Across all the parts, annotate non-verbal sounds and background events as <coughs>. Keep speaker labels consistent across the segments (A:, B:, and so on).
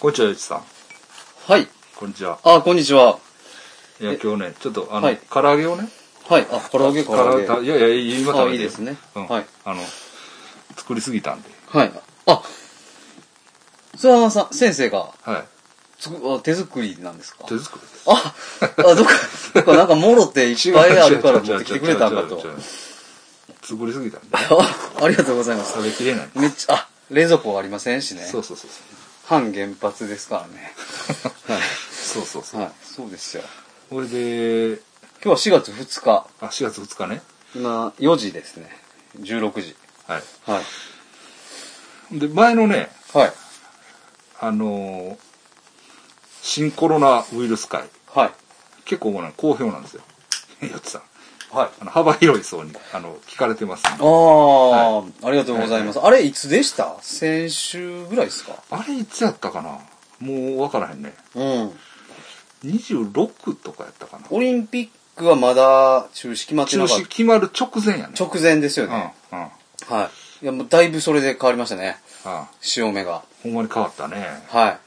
A: こんにちは、ゆうちさん。
B: はい。
A: こんにちは。
B: あ、こんにちは。
A: いや、今日ね、ちょっと、あの、
B: はい
A: 唐揚げをね、
B: はい。あ、唐揚げ、唐
A: 唐
B: 揚げ。
A: 揚げ、いやいや、今食べて
B: あいいですね
A: うん、
B: はい
A: あの、作りすぎたんで。
B: はい。あ、それはさ、先生が、
A: はい。
B: つく、あ手作りなんですか
A: 手作りです。
B: あ、あ、どっか、どっかなんかもろっていっ
A: <laughs>
B: ぱいあるから持ってきてくれたんか
A: 違
B: と
A: う違う違う違。う違う作りすぎたんで、
B: あ、ありがとうございます。
A: 食べきれない。
B: めっちゃ、あ、冷蔵庫ありませんしね。
A: そうそうそうそう。
B: 半原発ですから
A: <laughs>
B: ね。
A: そうそうそう。
B: はい。そうですよ。
A: これで、
B: 今日は4月2日。
A: あ、4月2日ね。
B: 今、4時ですね。16時。
A: は
B: はい。
A: い。で、前のね、
B: はい。
A: あのー新コロナウイルス会、
B: はい。
A: 結構ね、好評なんですよ。 <laughs> ゆうちさん。
B: はい。
A: あの幅広い層に、あの、聞かれてますんで
B: ああ、ありがとうございます。あれ、いつでした先週ぐらいですか
A: あれいつやったかなもうわからへんね。
B: うん。
A: 26とかやったかな。
B: オリンピックはまだ中止決まって
A: 中
B: なかっ
A: 止決まる直前やね。
B: た。直前ですよ
A: うん、うん。
B: ね。
A: あ
B: はい。いや、もうだいぶそれで変わりましたね。
A: あ
B: 潮目が。
A: ほんまに変わったね。
B: はい。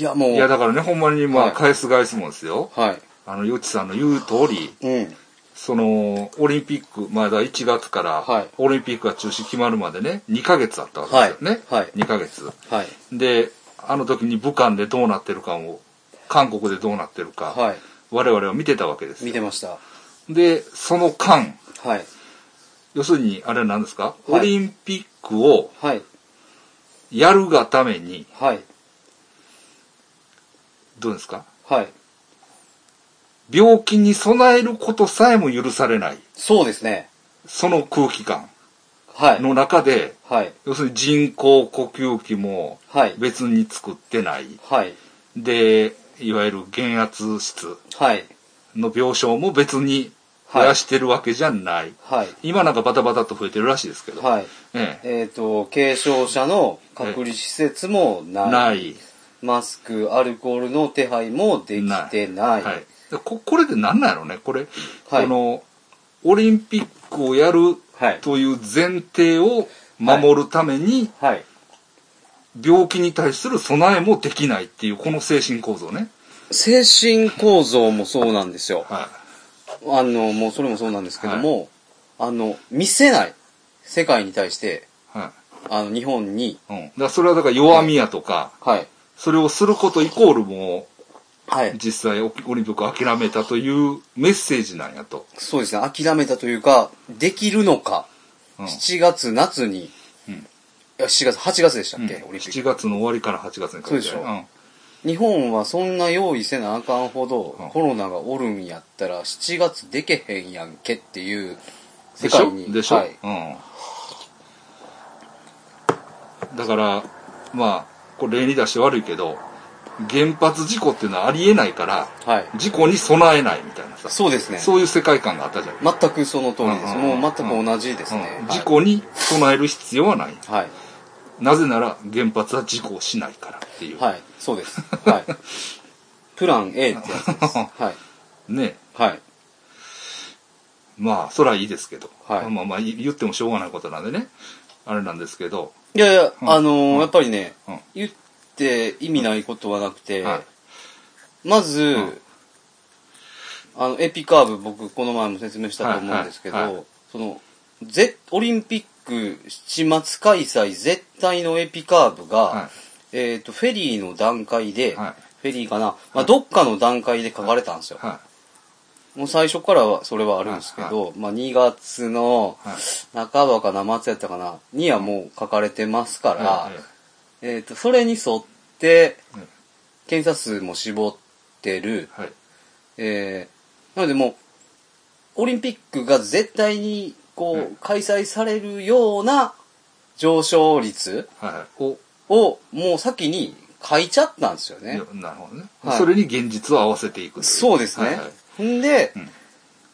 B: いや、もう。
A: いや、だからね、ほんまに、ま
B: は
A: あ、
B: い
A: 返す返すもんですよ。
B: はい。
A: あの、よちさんの言う通り、
B: うん。
A: その、オリンピック、まあだ1月か
B: は
A: ら
B: い、
A: オリンピックが中止決まるまでね、2ヶ月あったわけですよね。
B: はいはい
A: 2ヶ月。
B: はい。
A: で、あの時に武漢でどうなってるかも、韓国でどうなってるか、
B: はい。
A: 我々は見てたわけですよ
B: 見てました。
A: で、その間、
B: はい。
A: 要するに、あれは何ですか、
B: は
A: オ
B: い
A: リンピックを
B: はい。
A: やるがために、
B: はい。
A: どうですか
B: はい。
A: 病気に備えることさえも許されない、
B: そうですね。
A: その空気感
B: はい。
A: の中で、
B: はい。
A: 要するに人工呼吸器も
B: はい。
A: 別に作ってない。
B: はい。
A: で、いわゆる減圧室
B: はい。
A: の病床も別に増やしてるわけじゃない。
B: はい。
A: 今なんかバタバタと増えてるらしいですけど。
B: はい。
A: ええ
B: えっ、と、軽症者の隔離施設もない。
A: ない。
B: マスク、アルコールの手配もできてない。
A: はい、でここれで何なんやろねこれ、
B: はい
A: このオリンピックをやる
B: はい
A: という前提を守るために
B: はい。
A: 病気に対する備えもできないっていうこの精神構造ね、
B: 精神構造もそうなんですよ。
A: は
B: あの、もうそれもそうなんですけども、あの、見せない。世界に対して、
A: いは
B: あの、日本に、
A: いうん、だからそれはだから弱みやとか、
B: はい。
A: それをすることイコールも
B: は
A: う
B: い。
A: 実際オリンピックを諦めたというメッセージなんやと、
B: そうですね。諦めたというか、できるのか。
A: うん
B: 7月、夏に、
A: うん
B: いや7月、8月でした
A: う
B: っ
A: ん
B: け、オリンピッ
A: 7月の終わりから8月にかけて
B: そうでしょ
A: ん
B: ク。日本はそんな用意せなあかんほど、
A: うん
B: コロナがおるんやったら、7月でけへんやんけっていう世
A: でし
B: 界
A: ょ
B: に。
A: でしょ、
B: はい
A: うん。だから、まあ、これ例に出して悪いけど、原発事故っていうのはありえないから、
B: はい。
A: 事故に備えないみたいなさ、
B: そうですね。
A: そういう世界観があったじゃない、
B: 全くその通りです。
A: うんうんうん
B: もう全く同じですね。
A: うん
B: はい
A: 事故に備える必要はない。
B: はい。
A: なぜなら原発は事故をしないからっていう。
B: はい。そうです。はい。プラン A ってやつで
A: <laughs>
B: す。はい。
A: ね。
B: はい。
A: まあ、それはいいですけど、
B: はい
A: まあまあ、言ってもしょうがないことなんでね、あれなんですけど、
B: いやいや、
A: ん
B: あのーやっぱりね、
A: うん
B: 言って意味ないことはなくて、
A: はい
B: まず、
A: ん
B: あの、エピカーブ、僕、この前も説明したと思うんですけど、
A: はいはいはい
B: その、ぜオリンピック7月開催絶対のエピカーブが、
A: は
B: えっ、と、フェリーの段階で、
A: はい
B: フェリーかな、まあ、どっかの段階で書かれたんですよ。
A: は
B: もう最初からはそれはあるんですけど、まあ2月の
A: い、はい、
B: 半ばかな、末やったかな、にはもう書かれてますから、
A: はいはい
B: えっ、と、それに沿って
A: はい、
B: 検査数も絞ってる、
A: はい、
B: えー、なのでもう、オリンピックが絶対に、こ、
A: はいう
B: 開催されるような上昇率
A: はい、を
B: を、もう先に書いちゃったんですよね。
A: いやなるほどね、
B: はい
A: それに現実を合わせていくとい
B: そうですね。
A: はいはい
B: んで,、
A: うん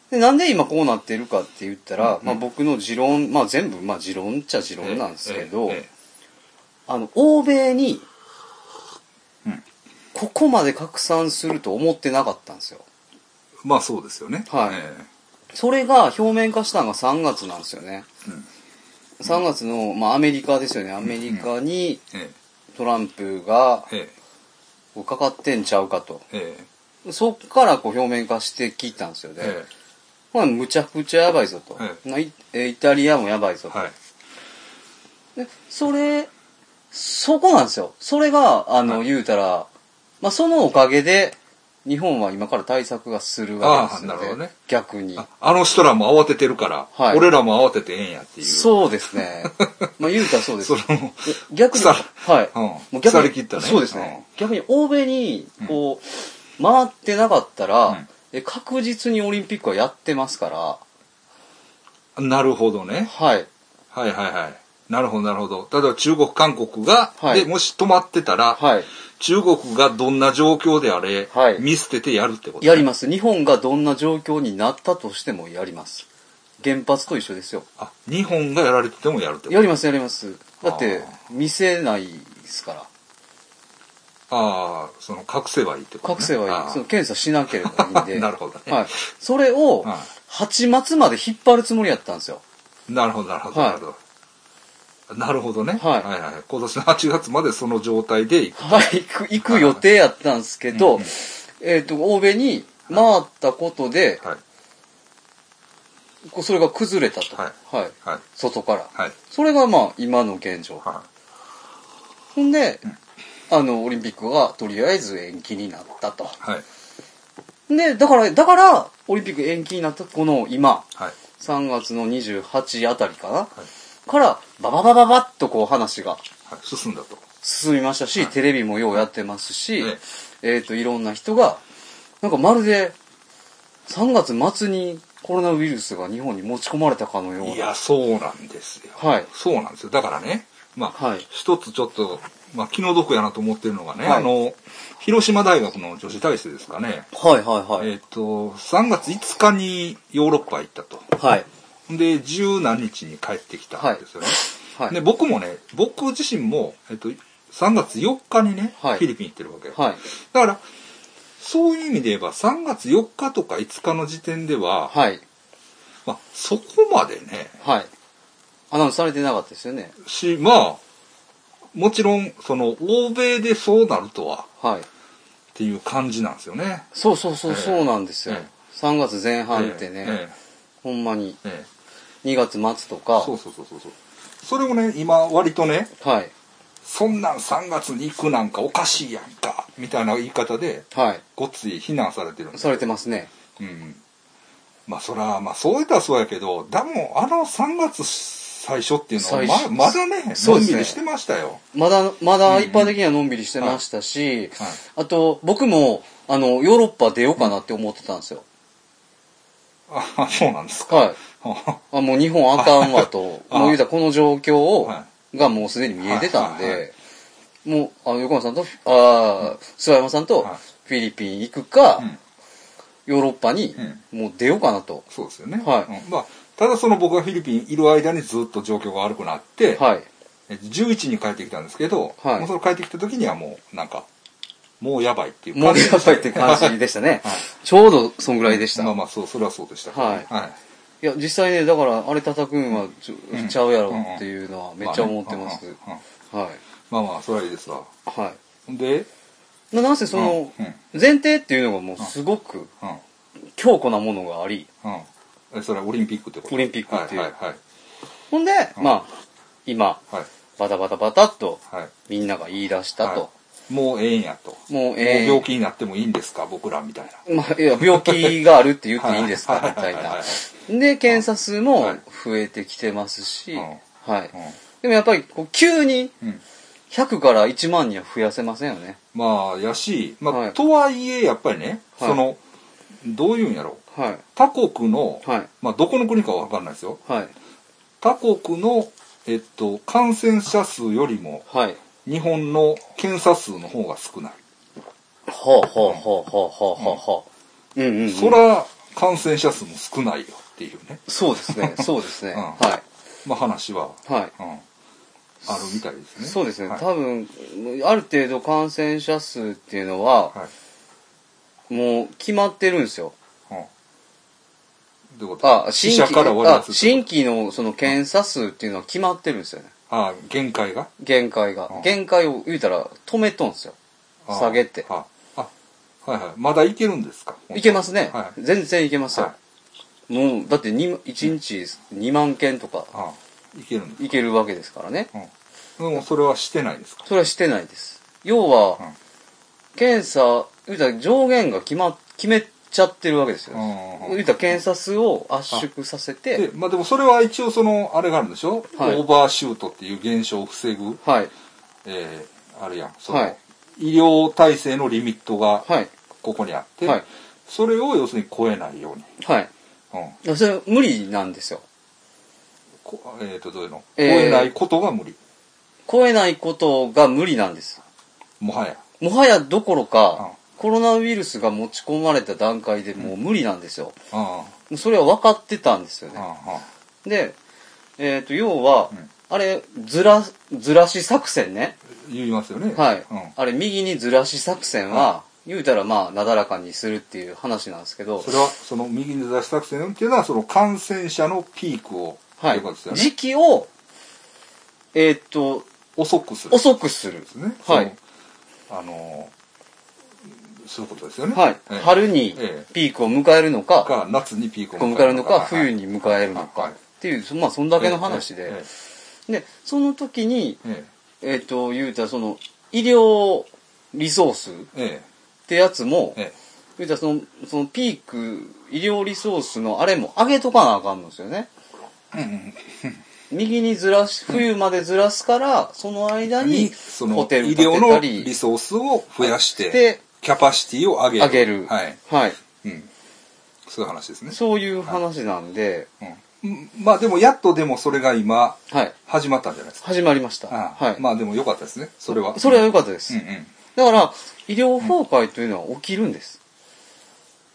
B: で、なんで今こうなってるかって言ったら、
A: うん
B: まあ、僕の持論、まあ、全部、まあ、持論っちゃ持論なんですけど、
A: えええ
B: あの、欧米に
A: うん、
B: ここまで拡散すると思ってなかったんですよ。
A: えまあそうですよね。
B: はい
A: え
B: それが表面化したのが3月なんですよね。
A: うん
B: 3月の、まあ、アメリカですよね。アメリカに
A: ええ
B: トランプが
A: ええ
B: かかってんちゃうかと。
A: え
B: そっからこう表面化してきたんですよ
A: え
B: ね。
A: え
B: まあ、むちゃくちゃやばいぞと。
A: え
B: なイえイタリアもやばいぞ
A: え
B: と。
A: はい
B: で、それ、そこなんですよ。それが、あの、
A: はい
B: 言うたら、まあ、そのおかげで、日本は今から対策がするわけですよ、ね。
A: ああなるほどね
B: 逆に。
A: ああの人らも慌ててるから、
B: はい
A: 俺らも慌ててええんやっていう
B: そうですね。
A: <laughs>
B: まあ、言うたらそうです
A: そ。の
B: で逆に、
A: 腐
B: は
A: る
B: い。
A: うん
B: もう逆
A: 腐
B: に
A: り切ったね
B: そうですね。逆に欧米に、こう、回ってなかったら、
A: うん
B: え確実にオリンピックはやってますか
A: <laughs>
B: ら、
A: なるほどね
B: はい。
A: はいはいはいなるほどなるほど例えば中国韓国が、
B: はい
A: でもし止まってたら、
B: はい。
A: 中国がどんな状況であれ、
B: はい
A: 見捨ててやるってこと
B: やります。日本がどんな状況になったとしてもやります。原発と一緒ですよ。
A: あ日本がやられててもやるってこと
B: やります、やります。だって
A: あ、
B: 見せないですから。
A: ああその隠せばいいってこと、ね、
B: 隠せはいい。その
A: あ
B: 検査しなければいいん
A: <laughs>
B: で。
A: なるほどね
B: はい。それを
A: はい、
B: 8月まで引っ張るつもりやったんですよ。
A: あなるほどなるほど、
B: はい
A: なるほどなるほどね、
B: はい
A: はいはい今年の8月までその状態でいく
B: はい、行く、行く予定やったんですけど、えっ、と、欧米に回ったことで、
A: はい
B: こうそれが崩れたと。
A: は
B: はいい。
A: はい
B: 外から。
A: はい
B: それがまあ、今の現状。
A: は
B: ほんで、あの、オリンピックがとりあえず延期になったと。
A: いはい
B: で、だから、だから、オリンピック延期になったこの今、
A: はい
B: 3月の28あたりかな、
A: はい
B: から、バババババッとこう話が
A: はい、進んだと。
B: 進みましたし、テレビもようやってますし、
A: え
B: えっ、と、いろんな人が、なんかまるで、3月末にコロナウイルスが日本に持ち込まれたかのような。
A: いや、そうなんですよ。
B: はい
A: そうなんですよ。だからね、まあ、
B: はい
A: 一つちょっと、まあ、気の毒やなと思ってるのがね、
B: はい
A: あの、広島大学の女子大生ですかね、
B: はいはいは
A: え
B: い。
A: っ、と、3月5日にヨーロッパ行ったと。
B: はい。
A: で、十何日に帰ってきたんですよね。
B: はい。
A: で、僕もね、僕自身も、えっ、と、3月4日にね、
B: はい
A: フィリピン行ってるわけ。
B: はい。
A: だから、そういう意味で言えば、3月4日とか5日の時点では、
B: はい。
A: まあ、そこまでね、
B: はい。アナウンスされてなかったですよね。
A: し、まあ、もちろん、その、欧米でそうなるとは、
B: はい。
A: っていう感じなんですよね。
B: そうそうそう、
A: ええ
B: そうなんですよ。
A: ええ
B: 3月前半ってね、
A: え
B: ほんまに
A: えええ
B: 2月末とか、
A: そうそうそうそうそう。それをね、今、割とね、
B: はい。
A: そんなん3月に行くなんかおかしいやんか、みたいな言い方で、
B: はい。
A: ごっつい非難されてるんです
B: されてますね。
A: うん。まあ、そら、まあ、そういったらそうやけど、でも、あの3月最初っていうの
B: 最
A: は
B: 初
A: ま、まだね、
B: そ
A: の
B: うんですね
A: びりしてましたよ。
B: まだ、まだ一般的にはのんびりしてましたし、
A: はい
B: あと、僕も、あの、ヨーロッパ出ようかなって思ってたんですよ。
A: あ、そうなんですか。
B: はい。
A: は
B: あ、もう日本あかんわと、も
A: <laughs> あ
B: う言うたらこの状況を、
A: は
B: がもうすでに見えてたんで、
A: はいはいは
B: もう、あの、横山さんと、ああ、諏訪山さんと
A: はい、
B: フィリピン行くか、
A: うん
B: ヨーロッパに、もう出ようかなと。
A: そうですよね。
B: はい
A: うんまあ、ただその僕がフィリピンいる間にずっと状況が悪くなって、
B: はい。
A: えっと11に帰ってきたんですけど、
B: はい
A: もうその帰ってきた時にはもうなんか、もうやばいっていう
B: もうや
A: でした。
B: ばいって感じでした
A: <laughs>
B: ね
A: はい
B: ちょうどそんぐらいでし
A: <laughs>
B: た。
A: まあまあ、そう、それはそうでしたけど、
B: はいいや、実際ね、だから、あれ叩くんはちょ
A: うん
B: ちゃうやろっていうのはめっちゃ思ってます。
A: まあねうんうんうん
B: はい。
A: まあまあ、それはいいですわ。
B: は
A: で、
B: い。ななんせその
A: うんうん、
B: 前提っていうのがもうすごく
A: うん、
B: 強固なものがあり、
A: うんえ。それはオリンピックってこと
B: オリンピックっていう
A: はいはい
B: ほんで、まあ、今、
A: はい。
B: バタバタバタっと
A: はい。はい
B: みんなが言い出したと。
A: はいもうええんやと。
B: もうええ
A: もう病気になってもいいんですか、僕らみたいな。
B: まあ、いや、病気があるって言っていいんですか、
A: はい
B: みたい
A: はいはい
B: な。で、検査数も
A: はい
B: 増えてきてますし、
A: うん
B: はい。でもやっぱり、こう、急に
A: うん。うん
B: 100から1万には増やせませんよね。
A: まあやし、まあ
B: はい
A: とはいえやっぱりね、
B: はい
A: そのどういうんやろう
B: はい。
A: 他国の、
B: はい。
A: まあ、どこの国かは分かんないですよ
B: はい。
A: 他国の、えっと、感染者数よりも
B: はい。
A: 日本の検査数の方が少ない、
B: ほうほうほうほうほうほうほう。うんうん、うん。
A: そら感染者数も少ないよっていうね、
B: そうです <laughs> ね。そうです
A: う
B: ね。
A: ん
B: は
A: まあ、話は、
B: い。はい。
A: うん、あるみたいですね
B: そうですね。
A: はい
B: 多分、ある程度感染者数っていうのは、
A: はい
B: もう決まってるんですよ。
A: うんどういうこと
B: あ、
A: 死
B: 新
A: 者
B: 規
A: から割り
B: あ
A: 出すって
B: 新
A: こ
B: 規のその検査数っていうのは決まってるんですよね。
A: とあ限界が
B: 限界が
A: うん。
B: 限界を言うたら止めとんすよ。
A: あ
B: 下げて。
A: ああはいはいまだいけるんですか
B: いけますね。
A: は
B: 全然いけますよ。
A: は
B: もう、だってに1日2万件とか
A: あいけるんです
B: いけるわけですからね。
A: うんでもそれはしてないですか
B: それはしてないです。要
A: うん
B: は、検査、言うたら上限が決ま、決めちゃってるわけですよ。
A: うんうん
B: 言うたら検査数を圧縮させ
A: で
B: て、
A: まあでもそれは一応そのあれがあるんでしょ、
B: はい
A: オーバーシュートっていう現象を防ぐ
B: はい、
A: えーあるやんその、
B: はい
A: 医療体制のリミットが
B: はい、
A: ここにあって、
B: はい
A: それを要するに超えないように、
B: はい。
A: うん
B: いやそれ無理なんですよ。
A: こえー、とどういうの超
B: えー
A: えないことが無理、
B: 超えないことが無理なんです。
A: もはや
B: もはやどころ
A: うん
B: か、コロナウイルスが持ち込まれた段階でもう無理なんですよ。
A: あ
B: もうそれは分かってたんですよ
A: あ
B: ね。
A: あ
B: で、えっ、と、要は、
A: うん
B: あれ、ずら、ずらし作戦ね。
A: 言いますよね
B: はい。
A: うん
B: あれ、右にずらし作戦は、言うたらまあ、なだらかにするっていう話なんですけど
A: そ、れはその右に出し作戦っていうのはその感染者のピークを、
B: は
A: とい
B: いう
A: ことですよ。ね
B: 時期を、えっ、と、
A: 遅くする
B: 遅くする
A: で。すね
B: はい
A: そのあのーそういうことですよね
B: はい。
A: ええ
B: 春に
A: ええ
B: ピークを迎えるのか、
A: か夏にピークを
B: こう迎えるのか、
A: はい
B: 冬に迎えるの
A: は
B: か
A: い
B: っていう、まあ、そんだけの話
A: えええ
B: で。
A: え
B: で、その時に、
A: え
B: えっ、と、言うたら、その、医療リソースっ
A: ええ
B: てやつも
A: え、え
B: 言うたら、その、そのピーク、医療リソースのあれも上げとかなあかんのですよね。
A: えうん
B: 右にずらし、冬までずらすから、その間
A: うん、に
B: に、
A: その
B: ホ
A: 医
B: テル建
A: 療
B: てた
A: の
B: り
A: リ、ソースを増やして、
B: で、
A: キャパシティを上げる
B: 上げる。
A: はい、
B: はい。
A: うん、そういう話ですね、
B: そういう話なんで、
A: うんうん、まあでもやっとでもそれが今
B: はい。
A: 始まったんじゃないですか
B: 始まりました。
A: あ
B: はい。
A: まあでも良かったですねそれは
B: それは
A: うん
B: 良かったです。
A: うん
B: だから、医療崩壊というのは起きるんです。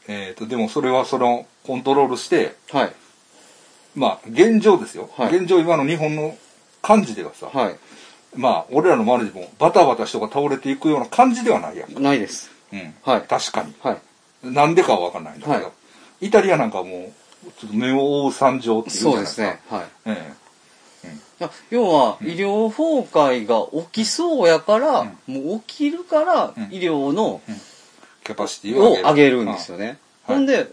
A: えー、とでもそれはそのコントロールして
B: はい。
A: まあ現状ですよ、
B: はい
A: 現状今の日本の感じではさ、
B: はい。
A: まあ俺らの周りでもバタバタ人が倒れていくような感じではないやん、
B: ないです。
A: うん、
B: はい。
A: 確かに
B: はい。
A: なんでかは分かんないんだけど、
B: は
A: イタリアなんかもうちょっと目を覆う惨状っていうじゃ
B: そう
A: ない
B: で
A: です
B: す
A: か
B: ね。はい。
A: え
B: だ要は、医療崩壊が起きそうやから、もう起きるから
A: うん、
B: 医療の、
A: えキャパシティを上
B: を
A: げる
B: 上げるんですよね。
A: はい
B: ほんで、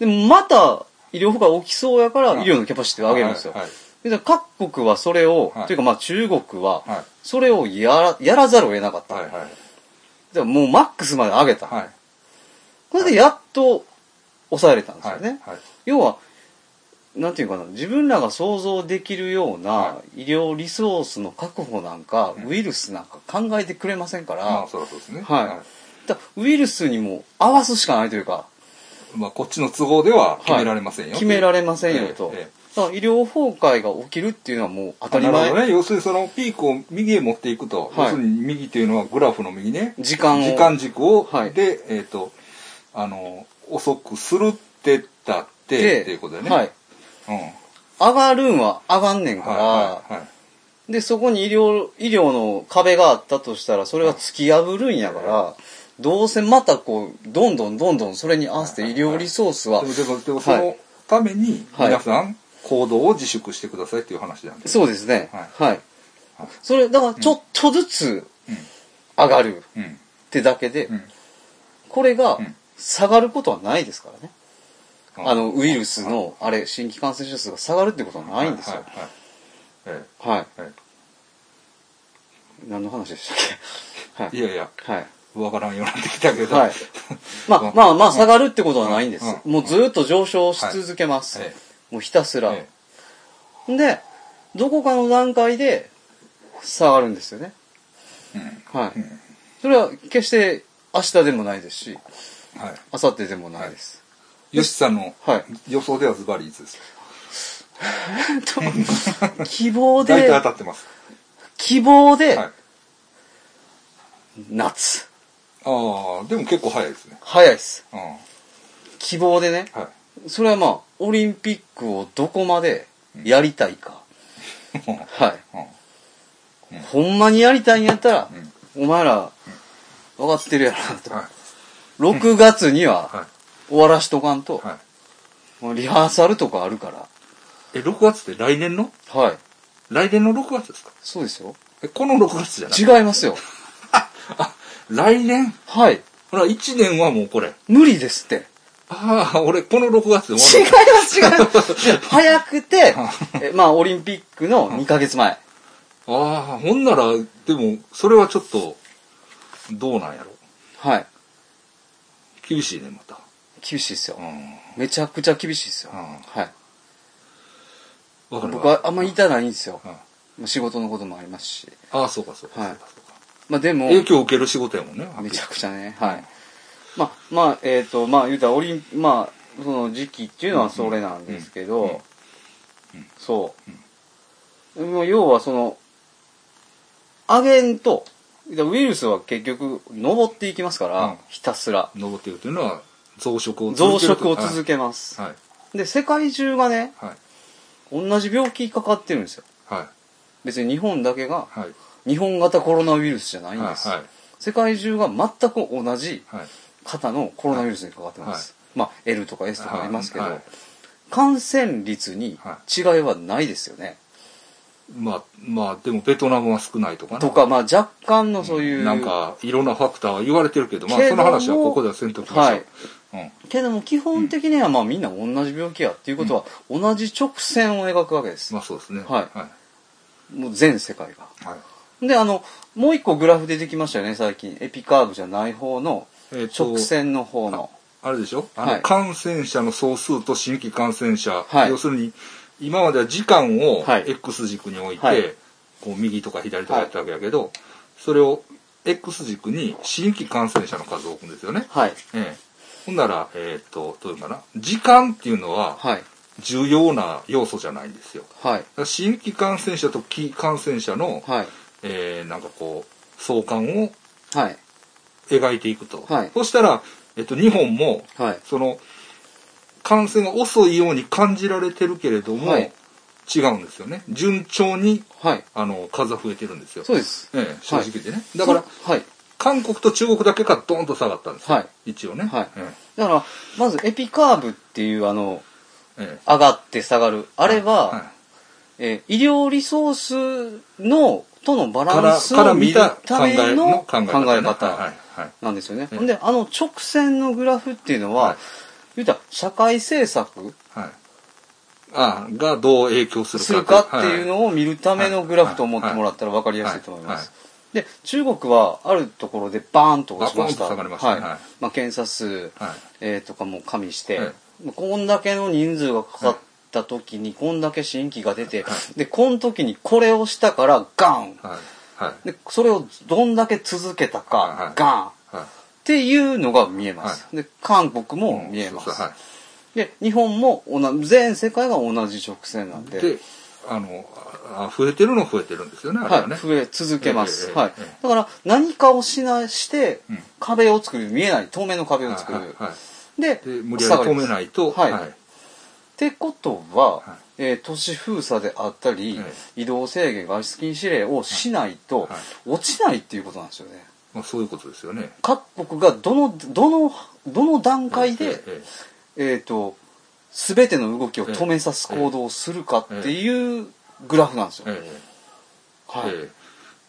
B: でもまた、医療崩壊起きそうやから、
A: はい
B: 医療のキャパシティを上げるんですよ
A: は。いはい
B: で各国はそれを
A: はい、
B: というかまあ中国
A: はい
B: は、それをやら、やらざるを得なかっ
A: はい
B: た。
A: はい
B: でもうマックスまで上げた。
A: はい
B: これでやっと、抑えれたんですよ
A: はい
B: ね。
A: はい
B: 要はなんていうかな自分らが想像できるような
A: は
B: 医療リソースの確保なんか、ウイルスなんか考えてくれませんから,、
A: まあそりゃそうですね
B: はいだからウイルスにも合わすしかないというか
A: まあこっちの都合では決められませんよ、
B: 決められませんよと、
A: えええ
B: だから医療崩壊が起きるっていうのはもう当たり
A: なる
B: 前、
A: ほどね要するにそのピークを右へ持っていくと、
B: はい
A: 要するに右というのはグラフの右ね
B: 時間を
A: 時間軸を、
B: はい
A: でえっ、とあの遅くするってだって
B: で
A: っていうことだよね、
B: はい、
A: うん
B: 上がるんは上がんねんから、
A: はいはいはい
B: でそこに医療医療の壁があったとしたらそれは突き破るんやから、どうせまたこうどんどんどんどんそれに合わせて医療リソースは
A: でもでもでもそのために
B: はい
A: 皆さん行動を自粛してくださいっていう話なんです、
B: そうですね。
A: は
B: はい。
A: はい
B: それ、だから、ちょっとずつ上がる
A: うんうん
B: ってだけで、
A: うん
B: これが
A: うん
B: 下がることはないですからね。
A: うん
B: あの、ウイルスの、あれ、新規感染者数が下がるってことはないんです
A: は
B: よ
A: い。はいはいえ
B: はい。
A: ええ
B: 何の話でしたっ
A: え
B: け
A: い
B: はい。
A: やいや
B: はい。
A: わからんようになってきたけど、
B: はいま
A: う
B: あ、まあまあ、下がるってことはないんです
A: うん。うん
B: もうずっと上昇し続けます
A: ええ。
B: もうひたすら。
A: え
B: で、どこかの段階で下がるんですよね。
A: え
B: はい
A: うん。
B: それは決して明日でもないですし、
A: うんはい
B: 明後日でもないです。
A: 吉さんの <laughs>
B: はい
A: 予想ではズバリいつですか
B: と希望
A: 大
B: で
A: 体、当たってます、
B: 希望
A: はい、
B: で
A: あ、
B: 夏。
A: あでも結構早いですね
B: 早いっす。
A: うん
B: 希望でね。
A: は
B: それはまあ、オリンピックをどこまでやりたい <laughs> か。
A: い
B: は
A: う
B: い。ほんまにやりたいんやったら、お前ら、分かってるやろ <laughs> なと
A: ん。はい
B: 6月には
A: は
B: 終わらしとかんと
A: い、はい
B: もうリハーサルとかあるから。
A: え6月って来年の
B: はい。
A: 来年の6月ですか
B: そうですよ。
A: えこの6月じゃない
B: 違いますよ。
A: 来年
B: はい。
A: ほら、1年はもうこれ。
B: 無理ですって。
A: ああ、俺、この6月で終
B: 違い
A: わる。
B: ます、違います。 <laughs> 早くて、えまあ、オリンピックの2ヶ月前。
A: <laughs> ああ、ほんなら、でも、それはちょっと、どうなんやろ。
B: はい。
A: 厳しいね、また。
B: 厳しいですよ
A: う。ん。
B: めちゃくちゃ厳しいですよ。
A: うん
B: はい。
A: わかるわ
B: 僕はあんま言いたないんですよ。
A: うん
B: まあ仕事のこともありますし。
A: ああ、そうか、そうか、
B: はい
A: そうか、そうか。
B: まあ、でも、
A: 影響を受ける仕事やもんね。
B: めちゃくちゃね。
A: うん
B: はい。まあ、まあ、えっ、と、まあ、言うたら、オリン、まあ、その時期っていうのはそれなんですけど、
A: うんうんうん
B: そう。もう要はその、上げんと、言うたらウイルスは結局、登っていきますから、
A: うん
B: ひたすら。
A: 登っていくというのは、増殖を
B: 増
A: ける
B: 殖を続けます。
A: はい。
B: で、世界中がね、
A: はい。
B: 同じ病気かかってるんですよ。
A: はい。
B: 別に日本だけが、
A: はい。
B: 日本型コロナウイルスじゃないん
A: は
B: で
A: い。
B: す。
A: はい。
B: 世界中が全く同じ
A: はい。
B: 方のコロナウイルスにかかってます、まあ L とか S とかありますけど、
A: はいはい
B: 感染率に違いはないですよね、
A: まあ、まあ、でもベトナムは少ないとかね。
B: とかまあ若干のそういう、
A: なんか、いろんなファクターは言われてるけど、まあ、
B: けど
A: そ
B: も
A: の話はここではせんときましょう。
B: はい
A: うん。
B: けども基本的にはまあみんな同じ病気やっていうことは同じ直線を描くわけです、
A: まあ、そうですね。
B: はい
A: は
B: もう全世界が
A: い。はい、
B: であのもう一個グラフ出てきましたよね最近エピカーブじゃない方の
A: えっ、と、
B: 直線の方の、
A: あれでしょあの、
B: はい
A: 感染者の総数と新規感染者。
B: はい
A: 要するに、今までは時間を
B: はい
A: X 軸に置いて、
B: はい
A: こう右とか左とかやったわけやけど、それを X 軸に新規感染者の数を置くんですよね。
B: はい
A: ええ。ほんなら、えっ、と、どういうのかな。時間っていうのは
B: はい
A: 重要な要素じゃないんですよ。
B: は
A: だ
B: い
A: から新規感染者と非感染者の、
B: はい
A: えーなんかこう、相関を
B: はい
A: 描いていくと。
B: はい
A: そしたら、えっと、日本も、
B: はい
A: その、感染が遅いように感じられてるけれども、
B: はい
A: 違うんですよね。順調に、
B: はい
A: あの、数は増えてるんですよ。
B: そうです
A: ええ、正直でね。だから、
B: はい
A: 韓国と中国だけがドーンと下がったんですよ。
B: はい
A: 一応ね。
B: はい
A: え
B: だからまずエピカーブっていうあの
A: えええ
B: 上がって下がるあれは、
A: はい
B: えー医療リソースのとのバ
A: か
B: ラ
A: ら
B: ンス
A: から
B: を
A: 見
B: 見
A: た
B: る
A: 考
B: ため
A: えの
B: の
A: 考
B: 考
A: え
B: え
A: 方,、ね、
B: 方
A: はいはい
B: なんですよね。
A: ええ
B: ほんであの直線のグラフっていうのは、
A: はい
B: 言うたら社会政策
A: はい、ああがどう影響するか
B: するかっていうのを見るためのグラフと思ってもらったら分かりやすいと思い
A: はい
B: ま
A: はい
B: す。で中国はあるところでバーンと落ちました
A: バコーンと下がりましたね
B: はい
A: はい
B: まあ、検査数、
A: はい
B: えーとかも加味して、
A: え
B: まあこんだけの人数がかかった時にこんだけ新規が出て、でこの時にこれをしたからガン
A: はいはい
B: でそれをどんだけ続けたか、
A: はいはい
B: ガンっ
A: はい
B: ていうのが見えます、
A: は
B: で韓国
A: う
B: も
A: ん
B: 見えます、
A: そうそうは
B: で日本も同じ全世界が同じ直線なん
A: い
B: で
A: であのあ増えてるのは増えてるんですよねあれは
B: は
A: ね、
B: い、増え続けます、
A: ええええ
B: はい
A: ええ、
B: だから何かをしなして
A: うん
B: 壁を作る見えない透明の壁を
A: はい
B: 作
A: はい
B: る、
A: はい
B: で
A: で無理やり止めないと
B: はい
A: はい
B: ってことは、
A: は
B: えー都市封鎖であったり、
A: え
B: 移動制限外出禁止令をしないと、
A: はいは
B: 落ちないっていうことなんですよね
A: まあ、そういうことですよね
B: 各国がどのどのどの段階で、
A: ええ
B: えー、と全ての動きを止めさす行動をするかっていうグラフなんですよ、
A: ええええ
B: はい、
A: ええ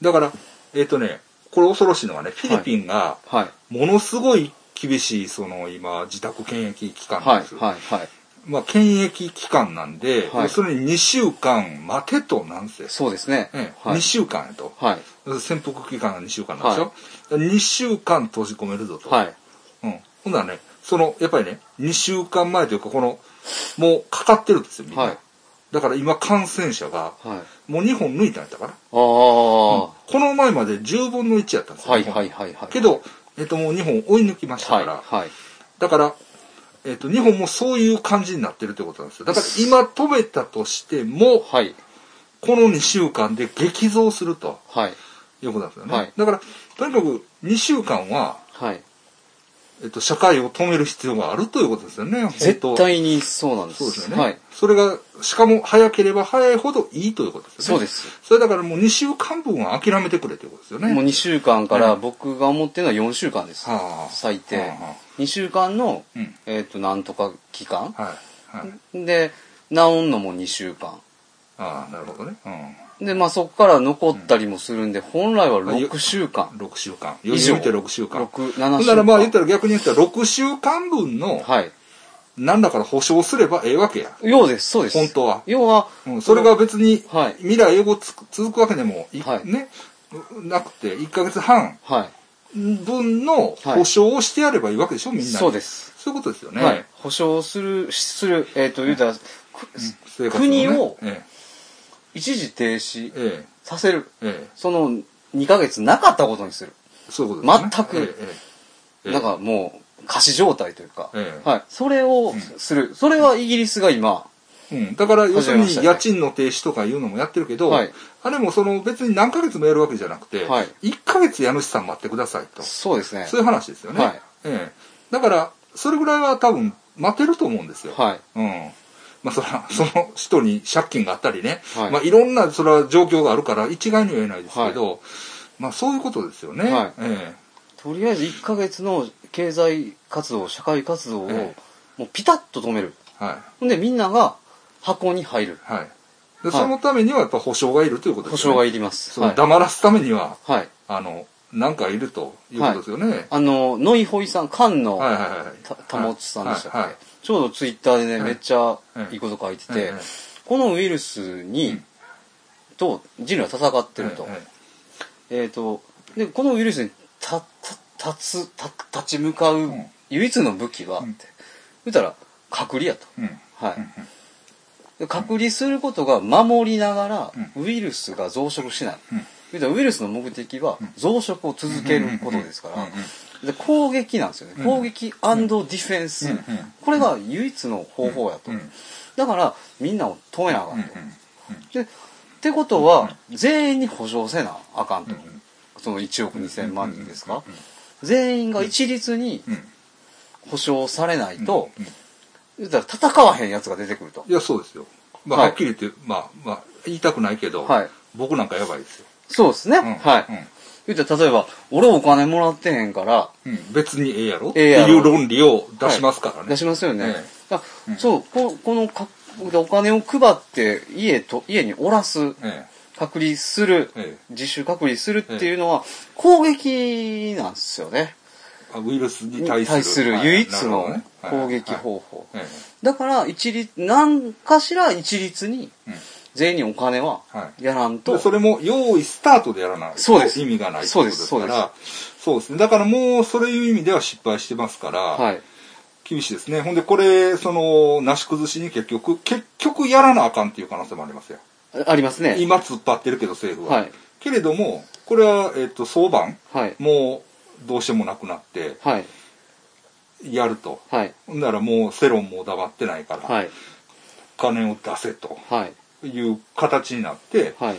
A: だからえっ、とねこれ恐ろしいのはねフィリピンが、
B: はい
A: ものすごい厳しいその今自宅検疫期間なん
B: はい
A: です、
B: はいはい
A: まあ、検疫期間なんで、
B: はい
A: 要するに2週間待てとなんせ、
B: そうですね、
A: ええ
B: は
A: 2
B: い、
A: 週間やと
B: はい
A: 潜伏期間が2週間なんでしょ、2週間閉じ込めるぞと、
B: はい
A: うん、ほんならねそのやっぱりね2週間前というかこのもうかかってるんですよみんな、
B: はい
A: だから今感染者が
B: はい
A: もう2本抜いたんやったから、
B: ああ、は
A: この前まで10分の1やったんですよ、
B: いはいはいはい
A: けど、えっともう2本追い抜きました
B: は
A: か
B: い
A: ら、
B: はい
A: だから、えっと日本もそういう感じになってるってことなんですよだから今止めたとしても
B: はい
A: この2週間で激増すると
B: はい
A: いうことなんですよね、
B: はい
A: だからとにかく2週間は、
B: はい
A: えっと社会を止める必要があるということですよね本当
B: 絶対にそうなんです
A: そうですよね、
B: はい、
A: それがしかも早ければ早いほどいいということですよね
B: そうです
A: それだからもう2週間分は諦めてくれということですよね
B: もう2週間から
A: ね
B: 僕が思ってるのは4週間です、
A: はあ
B: 最低、
A: はあはあ
B: 2週間の、
A: うん
B: えっとなんとか期間
A: はいはい
B: で治んのも2週間
A: ああなるほどねうん
B: で、まあそこから残ったりもするんで、本来は6週間。
A: 6週間。
B: 以
A: 余
B: 上
A: 裕見て6週間。
B: 6、7週間。
A: ほんならまあ言ったら逆に言ったら6週間分の
B: はい。
A: 何らかの保証をすればええわけや。
B: ようです、そうです。
A: 本当は
B: 要は、
A: うん、それが別に
B: はい
A: 未来英語つく続くわけでもい、
B: はい
A: ね、なくて1ヶ月半
B: は
A: 分の保証をしてやればいいわけでしょ、
B: い。
A: みんなに。
B: そうです。
A: そういうことですよね。
B: はい。保証する、しする、えっ、と、言うたら、く
A: 生活のね
B: 国を
A: え
B: 一時停止
A: ええ
B: させる。
A: ええ
B: その2ヶ月なかったことにする。
A: えそういうことですね。
B: 全く
A: ええええ
B: なんかもう、貸し状態というか、
A: ええ
B: はい。それをする。それはイギリスが今、
A: うん、だから要する
B: 始めました
A: に
B: ね
A: 家賃の停止とかいうのもやってるけど、
B: はい
A: あれもその別に何ヶ月もやるわけじゃなくて、
B: はい
A: 1ヶ月家主さん待ってくださいと、
B: そうですね。
A: そういう話ですよね。
B: はい
A: ええだから、それぐらいは多分待てると思うんですよ。
B: はい。
A: うん。まあそら、 <laughs> その人に借金があったりね、
B: はい
A: まあいろんなそれは状況があるから一概には言えないですけど、まあそういうことですよね。
B: はい
A: え
B: とりあえず1ヶ月の経済活動、社会活動を、
A: え
B: もうピタッと止める。
A: えはい。
B: ほんでみんなが箱に入る。
A: はい。で、そのためにはやっぱ保証がいるということ
B: 保
A: ですよ
B: 証
A: ね。
B: が
A: いる。
B: いります。
A: その
B: はい。
A: 黙らすためには、
B: はい。
A: あの、なんかいるということですよね。はい、
B: あの、ノイホイさん、菅野
A: はいはいはい
B: た保さんでしたっけ、
A: はいはい
B: ちょうどツイッターでね、
A: ええ
B: めっちゃ
A: ええ
B: いいこと書いてて、
A: ええ
B: このウイルスに、
A: うん
B: と人類は戦ってると。
A: え
B: えー、とでこのウイルスにたた立つた立ち向かう唯一の武器は、
A: うん
B: って言ったら隔離やと、
A: えうん。
B: はい
A: うん
B: で隔離することが守りながら、
A: う
B: ウイルスが増殖しない、
A: うん
B: 言うたらウイルスの目的は増殖を続けることですから、
A: うんうんうん
B: で攻撃なんですよね、
A: うん
B: 攻撃ディフェンス、
A: うんうん
B: これが唯一の方法やと、
A: うんうん
B: だからみんなを止めなあか
A: うん
B: ん
A: うん
B: と、でってことは、全員に補償せなあかんと、その1億2000万人ですか、全員が一律に
A: うん
B: 補償されないと、
A: うん
B: 言うたら戦わへんやつが出てくると
A: いや、そうですよ。まあ、
B: は
A: はいっきり言って、まあ、まあ、言いたくないけど、
B: はい
A: 僕なんかやばいですよ。
B: そうですね、
A: うん
B: はい、
A: うん
B: 言うたら例えば俺お金もらってへんから
A: うん別にええやろって
B: ええやろ
A: いう論理を出しますからね。
B: 出しますよね、
A: え
B: だ
A: うん
B: そうここのかお金を配って家と家におらす
A: え
B: 隔離する、
A: え
B: 自主隔離するっていうのは攻撃なんですよね
A: えあウイルスに
B: に
A: 対する
B: 対する唯一
A: はいな
B: の
A: るほど
B: 攻
A: ね
B: 撃
A: はい
B: 方法
A: はいえ
B: だから一律何かしら一律に
A: えうん
B: 全員にお金は
A: はい
B: やらんと、
A: でそれも用意スタートでやらないと
B: そうです
A: 意味がない
B: そうです
A: ってことからそうですねだからもうそれいう意味では失敗してますから、
B: はい
A: 厳しいですねほんでこれそのなし崩しに結局結局やらなあかんっていう可能性もありますよ
B: あありますね
A: 今突っ張ってるけど政府は、
B: はい
A: けれどもこれは、えっと早晩
B: はい
A: もうどうしてもなくなって
B: はい
A: やると
B: はい
A: ほんならもう世論も黙ってないから、
B: はい
A: 金を出せと
B: はい
A: いう形になって、
B: はい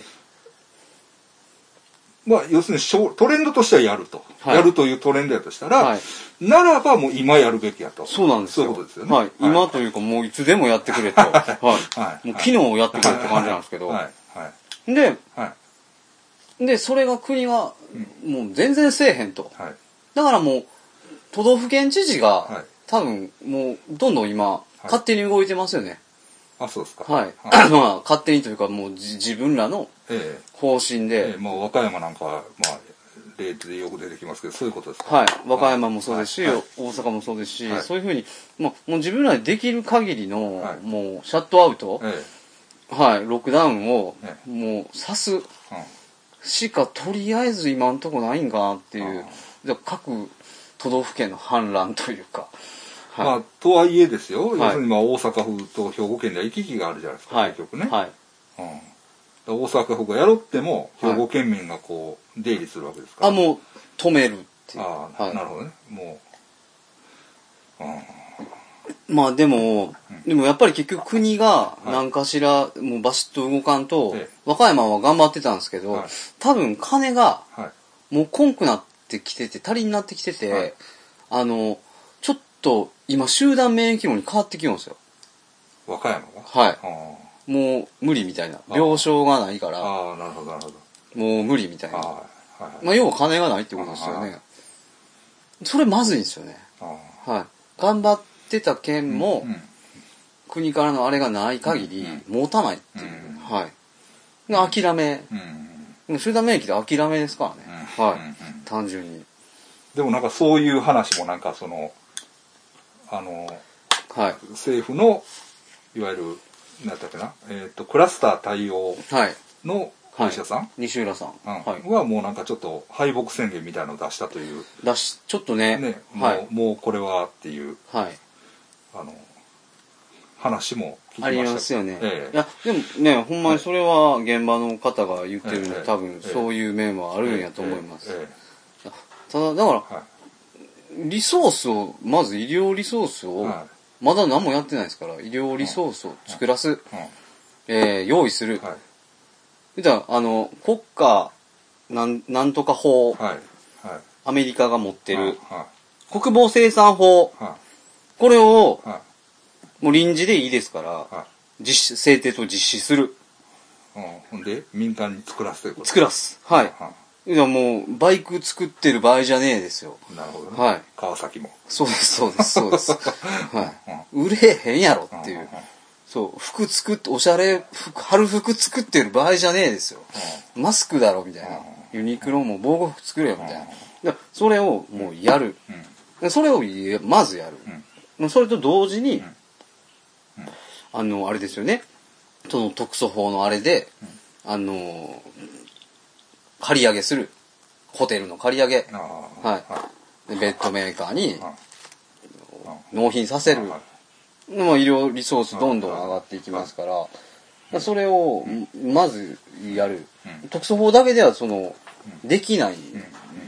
A: まあ、要するにしょうトレンドとしてはやると、
B: はい
A: やるというトレンドやとしたら、
B: はい
A: ならばもう今やるべきやと
B: そうなんですよ
A: そういうことですよね
B: はい
A: はい
B: 今というかもういつでもやってく
A: <laughs>
B: れと、はい
A: はい
B: もう昨日やってくれって感じなんですけど、
A: はいはい
B: で
A: はい
B: でそれが国はもう全然せえへんと
A: はい
B: だからもう都道府県知事が、
A: はい
B: 多分もうどんどん今、
A: い
B: 勝手に動いてますよね
A: あそうですか
B: はい、
A: はい
B: まあ勝手にというかもうじ自分らの
A: え
B: 方針
A: ええ
B: で
A: え、もう和歌山なんかはまあ例でよく出てきますけどそういうことですか
B: はい、和歌山もそうですし、
A: はい
B: 大阪もそうですし、
A: はい
B: そういうふうに、まあ、もう自分らでできる限りの、
A: はい
B: もうシャットアウト、
A: え
B: はい、ロックダウンを、
A: え
B: もう刺す
A: え
B: しかとりあえず今んとこないんかなっていう
A: あ、
B: じゃあ各都道府県の反乱というか、
A: うん
B: は
A: まあとはいえですよ、
B: い
A: 要するにまあ大阪府と兵庫県では行き来があるじゃないです
B: い、
A: か、
B: はい、
A: 結局ね、
B: はい、
A: うん、だから大阪府がやろっても
B: はい
A: 兵庫県民がこう出入りするわけですから、
B: あ、もう止めるっていう。
A: ああ、
B: はい
A: なるほどねもう、うん、
B: まあでも、でもやっぱり結局国が何かしらもうバシッと動かんと、
A: ええ
B: 和歌山は頑張ってたんですけど、
A: はい
B: 多分金が
A: はい
B: もうこんくなってきてて、足りになってきてて、
A: はい
B: あの、ちょっと今集団免疫網に変わってきるんですよ。
A: 和歌山が
B: はい
A: あ
B: もう無理みたいな。病床がないか
A: あ
B: ら、
A: ああなるほどなるほど
B: もう無理みたいな。
A: はいはい
B: まあ要は金がないってことですよ
A: はい
B: ね。それまずいんですよね。
A: あ
B: はい。頑張ってた県も、
A: あうん
B: 国からのあれがない限り、
A: うん
B: 持たないっていう、
A: うん
B: はい諦め
A: うん
B: もう集団免疫で諦めですからね、
A: うん
B: はい、
A: うんうん
B: 単純に
A: でもなんかそういう話もなんかそのあの
B: はい
A: 政府のいわゆる何だったっけな、えっとクラスター対応
B: はい
A: のお医者さん、
B: 西浦さん、
A: うん
B: はい、
A: はもうなんかちょっと敗北宣言みたいのを出したという、
B: だしちょっとね
A: ねも
B: はいう
A: もうこれはっていう
B: はい
A: あの話も聞きました
B: ありますよね、
A: え
B: いやでもねほんまにそれは現場の方が言ってるんで、
A: ええ
B: 多分
A: ええ
B: そういう面はあ
A: え
B: るんやと思います、
A: えええ
B: ただだから
A: えは
B: リソースをまず医療リソースを、
A: は
B: まだ何もやってないですから医療リソースを作らす、
A: い、うん
B: えー用意する、
A: はい
B: じゃあ、あの、国家なん、なんとか法、
A: はいはい
B: アメリカが持ってる、
A: は
B: 国防生産法、
A: いは
B: これを
A: い、はい
B: もう臨時でいいですから、
A: は
B: 実施、制定と実施する。
A: いうんほんで民間に作らせてくれ
B: 作らす。はい。
A: は
B: じゃあもう、バイク作ってる場合じゃねえですよ。
A: いなるほどね、
B: はい
A: 川崎も
B: そうです、そうです、そう <laughs> です。はい。売れへんやろっていう。そう、服作って、おしゃれ服、春服作ってる場合じゃねえですよ。マスクだろ、みたいな。ユニクロも防護服作れよ、みたいな。だからそれをもうやる。
A: うんうん
B: でそれをやまずやる、まあそれと同時に、あのあれですよねその特措法のあれで、あの借り上げするホテルの借り上げ、
A: ああ
B: はい
A: は
B: でベッドメーカーに
A: いはい
B: 納品させる、
A: はい
B: まあ、医療リソースどんどん上がっていきますから、それをまずやる、
A: うん
B: 特措法だけではそのできない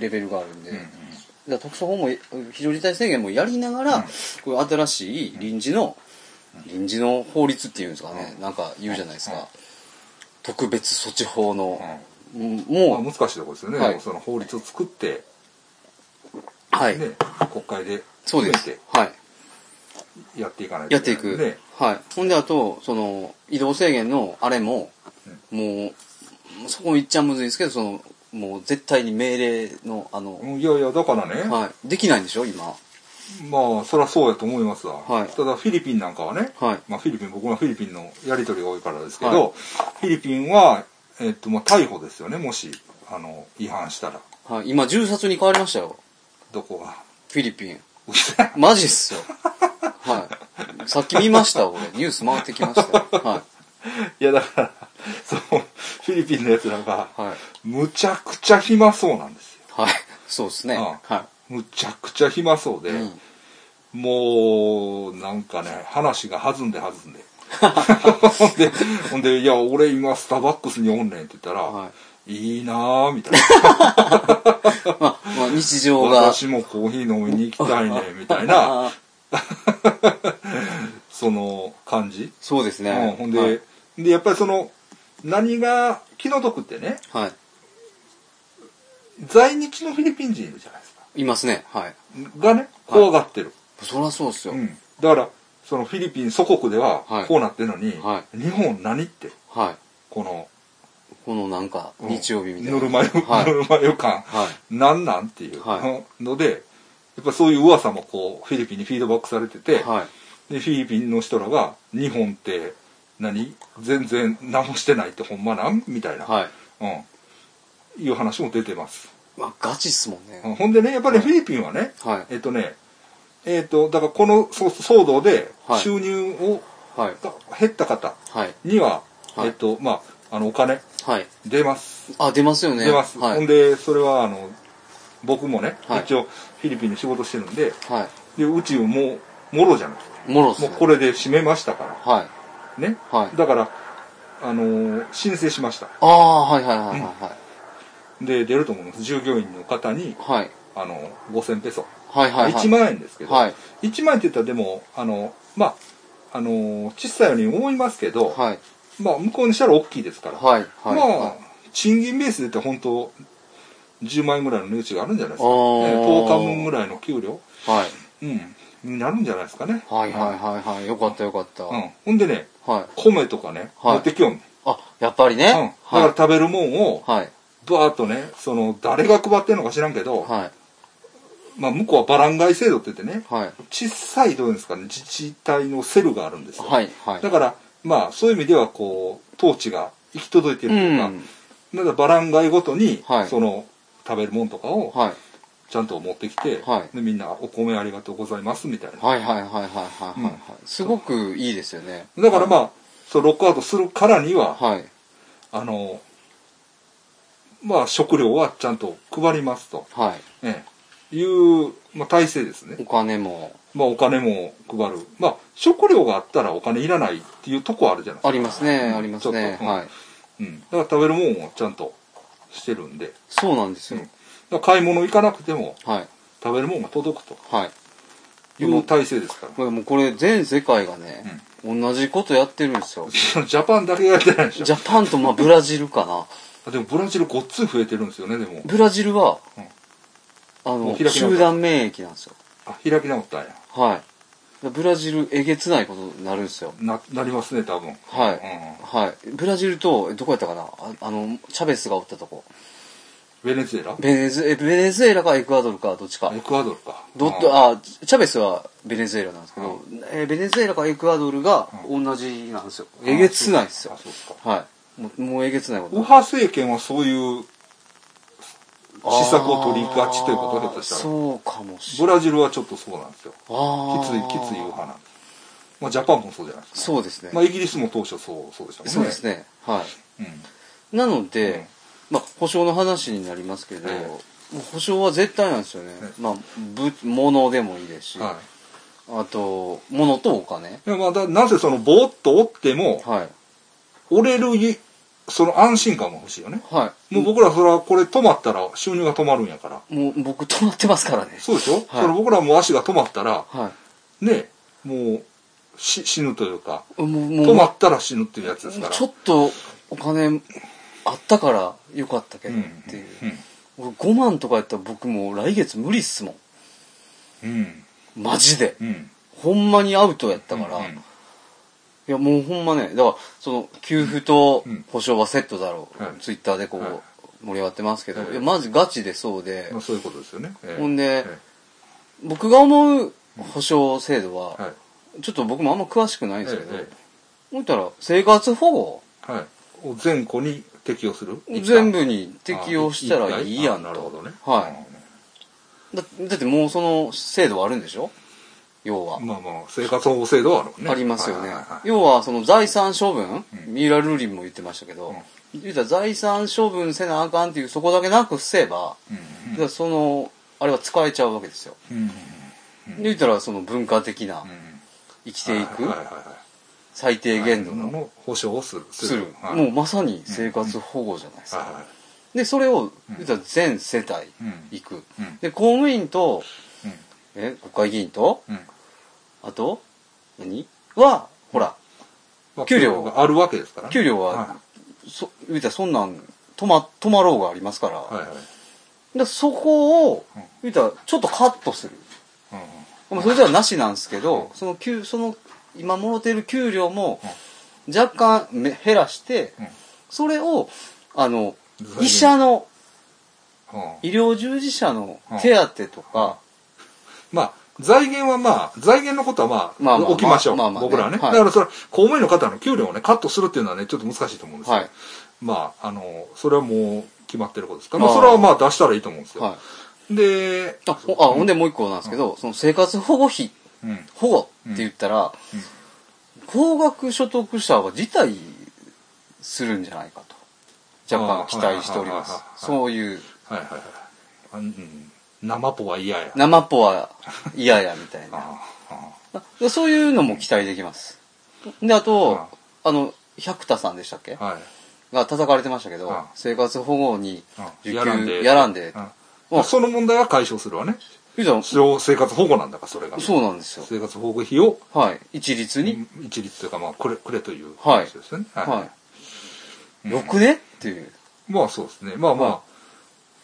B: レベルがあるんで、
A: うん
B: だから特措法もえ非常事態宣言もやりながら、こういう新しい臨時の、臨時の法律っていうんですかね、なんか言うじゃないですか、特別措置法の、うん
A: まあ、
B: も
A: 難しいところですよね、
B: はい
A: でもその法律を作って、
B: う、はい、
A: ね、国会で
B: そうです、はい、
A: てやっていかないと
B: や
A: い
B: ってい
A: けな
B: く、
A: んでね
B: はい、ほんであとその移動制限のあれも、もうそこも言っちゃむずいんですけどそのもう絶対に命令のあの、
A: うんいやいやだからね、
B: はい、できないんでしょ今
A: まあそりゃそうやと思いますわ、
B: はい
A: ただフィリピンなんかはね、
B: はい
A: まあ、フィリピン僕はフィリピンのやり取りが多いからですけど、
B: はい
A: フィリピンは、えっとまあ、逮捕ですよねもしあの違反したら
B: はい、今銃殺に変わりましたよ
A: どこが
B: フィリピンマジっすよはいさっき見ました俺ニュース回ってきましたよはい
A: やだから <laughs> そのフィリピンのやつらが、
B: いはい
A: むちゃくちゃ暇そうなんですよ
B: はいそうですね
A: うん
B: は
A: むちゃくちゃ暇そうで、
B: い、うん、
A: もうなんかね話が弾んで弾
B: <laughs>
A: んでほんでほんで「いや俺今スターバックスにおんねん」って言ったら「、
B: はい
A: いなぁ」みた
B: <laughs>
A: いな
B: まあ、まあ、日
A: 「
B: 常が
A: 私もコーヒー飲みに行きたいね」
B: <laughs>
A: みたいなその感じ、
B: そうですね、
A: うん、ほんで,、でやっぱりその何が気の毒ってね
B: はい、はい、
A: 在日のフィリピン人いるじゃないですか
B: いますねはい
A: がね怖がってる、
B: そりゃそうっすよ、
A: うん、だからそのフィリピン祖国では
B: はい
A: こうなってるのに、
B: は
A: 日本何って
B: はい
A: この
B: このなんか
A: うん
B: 日曜日みたいな、
A: ぬるま湯、
B: はい
A: ぬるま湯感、
B: はい
A: なんなんっていう
B: は
A: ので、やっぱそういう噂もこう、フィリピンにフィードバックされてて、
B: はい
A: で、フィリピンの人らが、日本って何、全然何もしてないってほんまなんみたいな、
B: はい
A: うん、いう話も出てます。
B: まあガチっすもんね、
A: うんほんでね、やっぱり、ねフィリピンはね、
B: はい
A: えっとね、えっと、だからこのそう騒動で
B: はい
A: 収入を、
B: はい
A: が減った方
B: はい
A: には、
B: はい
A: えっと、まあ、あの、お金
B: はい
A: 出ます。
B: あ出ますよね
A: 出ます、
B: は
A: ほん
B: い
A: でそれはあの僕もね、
B: はい
A: 一応フィリピンで仕事してるんで
B: は
A: でうちもうもろじゃない
B: いもろっす
A: も
B: ね
A: うこれで閉めましたか
B: はい
A: らね、
B: はい
A: だからあのー申請しました
B: ああはいはいはいはいはい
A: で出ると思います従業員の方に
B: はい
A: あの5000ペソ、
B: はいはいはい
A: 1万円ですけど、
B: はい
A: 1万円って言ったらでもあのまああのー小さいように思いますけど、
B: はい
A: まあ向こうにしたら大きいですから、
B: はいはい
A: まあ、賃金ベースで言って本当10万円ぐらいの値打ちがあるんじゃないですか、
B: あー
A: ね10日分ぐらいの給料、
B: はい
A: うん、になるんじゃないですかね
B: はいはいはいはいよかったよかった、
A: うん、ほんでね
B: はい
A: 米とかね、
B: はい
A: 持ってきよんね、
B: あやっぱりね、
A: うん、だから食べるもんを
B: はい
A: バーッとねその誰が配ってんのか知らんけど、
B: はい
A: まあ、向こうはバランガイ制度って言ってね
B: はい
A: 小さいどういうんですかね自治体のセルがあるんですよ、
B: はいはい
A: だからまあそういう意味ではこう統治が行き届いてるというか、
B: うん
A: なんかバランガイごとに、
B: はい
A: その食べるもんとかを
B: はい。
A: ちゃんと持ってきて、
B: はい
A: でみんな「お米ありがとうございます」みたいな、
B: はいはいはいはいはいはい、はい
A: うん
B: すごくいいですよね。
A: だからまあ、そうロックアウトするからには、
B: はい。
A: あのまあ食料はちゃんと配りますと、
B: はい。
A: ええ、いう、まあ、体制ですね
B: お、金も
A: まあ、お金も配るまあ食料があったらお金いらないっていうとこあるじゃないですか
B: ありますね、
A: うん
B: あります
A: ちょ
B: ね。
A: っとうん
B: はい。
A: うん、だから食べるもんをちゃんとしてるんで、
B: そうなんです
A: うん
B: よ。
A: だから買い物行かなくても
B: はい。
A: 食べるもんが届くと
B: はい。
A: いう体制ですから
B: まあもうこれ全世界がね、同じことやってるんですよ。
A: <laughs> ジャパンだけがやってないでし
B: ジャパンとまあブラジルかな。
A: ょでもブラジルごっつい増えてるんですよねでも
B: ブラジルは、
A: うん
B: あ
A: もう
B: の、
A: 開き直った
B: 集団免疫なんですよ。
A: あ開き直ったんや
B: はい。ブラジルえげつないことになるんですよ。
A: ななりますね多分
B: はい。
A: う
B: はい。ブラジルと、えどこやったかなああの、チャベスがおったとこ。
A: ベネズエラ
B: ベネズエベネズエラかエクアドルか、どっちか
A: エ。クアドルか
B: どっ
A: あ
B: あ、チャベスはベネズエラなんですけど、えーベネズエラかエクアドルが同じなんですよ。えげつないですよ
A: あ。そうですか
B: はい。もうもうえげつないこと
A: 右。派政権はそういう施策を取りがちということ
B: あー
A: ひょっとしたら
B: そうかもしれ
A: ブ
B: ない。
A: ラジルはちょっとそうなんですよきついきつい右
B: よ。
A: 派なんです、まあ、ジャパンもそうじゃないですか
B: そうですね。
A: まあ、イギリスも当初そうそうでしたもんね
B: そうですね。は
A: うん
B: い。なので、
A: うん
B: まあ、保証の話になりますけど、
A: ええ
B: もう保証は絶対なんですよね。
A: え
B: まあ、ぶ、物でもいいですし、
A: は
B: あと、物とお金。
A: い、でまあだなぜそのぼーっと折っても
B: はい。
A: 折れるいその安心感も欲しいよね
B: は
A: もう僕らそれはこれ止まったら収入が止まるんやから
B: い。もう僕止まってますからね。
A: そうでしょ、
B: はい
A: それ僕らもう足が止まったら
B: は
A: ねもうし死ぬというか
B: い。もう、もう、
A: 止まったら死ぬっていうやつですから
B: ちょっとお金あったからよかったけどっていう。俺5万とかやったら僕もう来月無理っすも
A: う
B: ん。
A: んうん
B: マジで。
A: うんうん
B: ほんまにアウトやったから、
A: うん
B: いやもうほんまねだからその給付と
A: うん
B: 保証はセットだろう、
A: はい
B: ツイッターでこう、
A: はい
B: 盛り上がってますけど、
A: はい
B: いやマジガチでそうで、
A: まあ、そういうことですよね、ええ
B: ほんで
A: え
B: 僕が思う保証制度は、
A: えはい
B: ちょっと僕もあんま詳しくないんですけど、
A: え
B: 思ったら生活保護
A: えはい、を全戸に適用する
B: 全
A: 部
B: 部に適用したらいいやん
A: なるほど
B: と
A: ね、
B: はだだってもうその制度はあるんでしょ要は
A: うん、まあまあ生活保護制度はあるもんね
B: ありますよ
A: は
B: ね、
A: いはいはい
B: 要はその財産処分、
A: うん
B: ミイラ・ルーリンも言ってましたけど、言うたら財産処分せなあかんっていうそこだけなくせば、
A: うん
B: だからそのあれは使えちゃうわけですよ、
A: うんうん
B: で言ったらその文化的な生きていく
A: はいはいはい
B: 最低限度
A: はい
B: の
A: の保障をする
B: する、
A: はい
B: もうまさに生活保護じゃないですか、
A: は
B: でそれを言ったら全世帯
A: いはいうん
B: 行く、
A: うん
B: で公務員と
A: うん
B: え国会議員と
A: うん
B: あと何はほら
A: まあ
B: 給料
A: があるわけですからね
B: 給料
A: はい
B: は、そ言うたらそんなん止ま止まろうがありますから,、
A: はいはい
B: でそこを
A: うん
B: 言うたらちょっとカットする
A: うんうん
B: まあ、それではなしなんですけど、その給その今もろてる給料も若干め減らして、
A: うん
B: それをあの
A: 財源
B: 医者の
A: うん
B: 医療従事者の手当とか、
A: まあ財源はまあ財源のことはまあ、
B: まあまあ
A: 置きましょう、
B: まあまあまあね
A: 僕らはね、
B: はい
A: だからそれは公務員の方の給料をねカットするっていうのはねちょっと難しいと思うんですよ、
B: はい
A: まああのそれはもう決まってることですから、まあ、
B: あー
A: それはまあ出したらいいと思うんですよ、
B: はい、
A: で
B: あほあほんでもう一個なんですけど、その生活保護費
A: うん
B: 保護って言ったら、高額所得者は辞退するんじゃないかと若干期待しておりま
A: あ
B: す
A: はいはいはいはい
B: そういう
A: はいはいはいあうん生ポは嫌や
B: 生っぽは嫌やみたいな
A: あああ
B: あそういうのも期待できます。で、あと、あの、百田さんでしたっけ
A: あはい
B: が叩かれてましたけ
A: うん
B: ど、生活保護に
A: う
B: 受
A: ん
B: 給
A: やらんで
B: やらんで
A: う。ん
B: うん
A: その問題は解消するわね
B: ゆうちゃん
A: それを生活保護なんだからそれが
B: そうなんですよ。
A: 生活保護費を
B: はい。一律に。
A: 一律というかまあくれくれという
B: はい
A: 話ですよね、
B: は
A: う
B: い。
A: ん
B: よくねっていう。
A: まあそうですねまあまあ、
B: は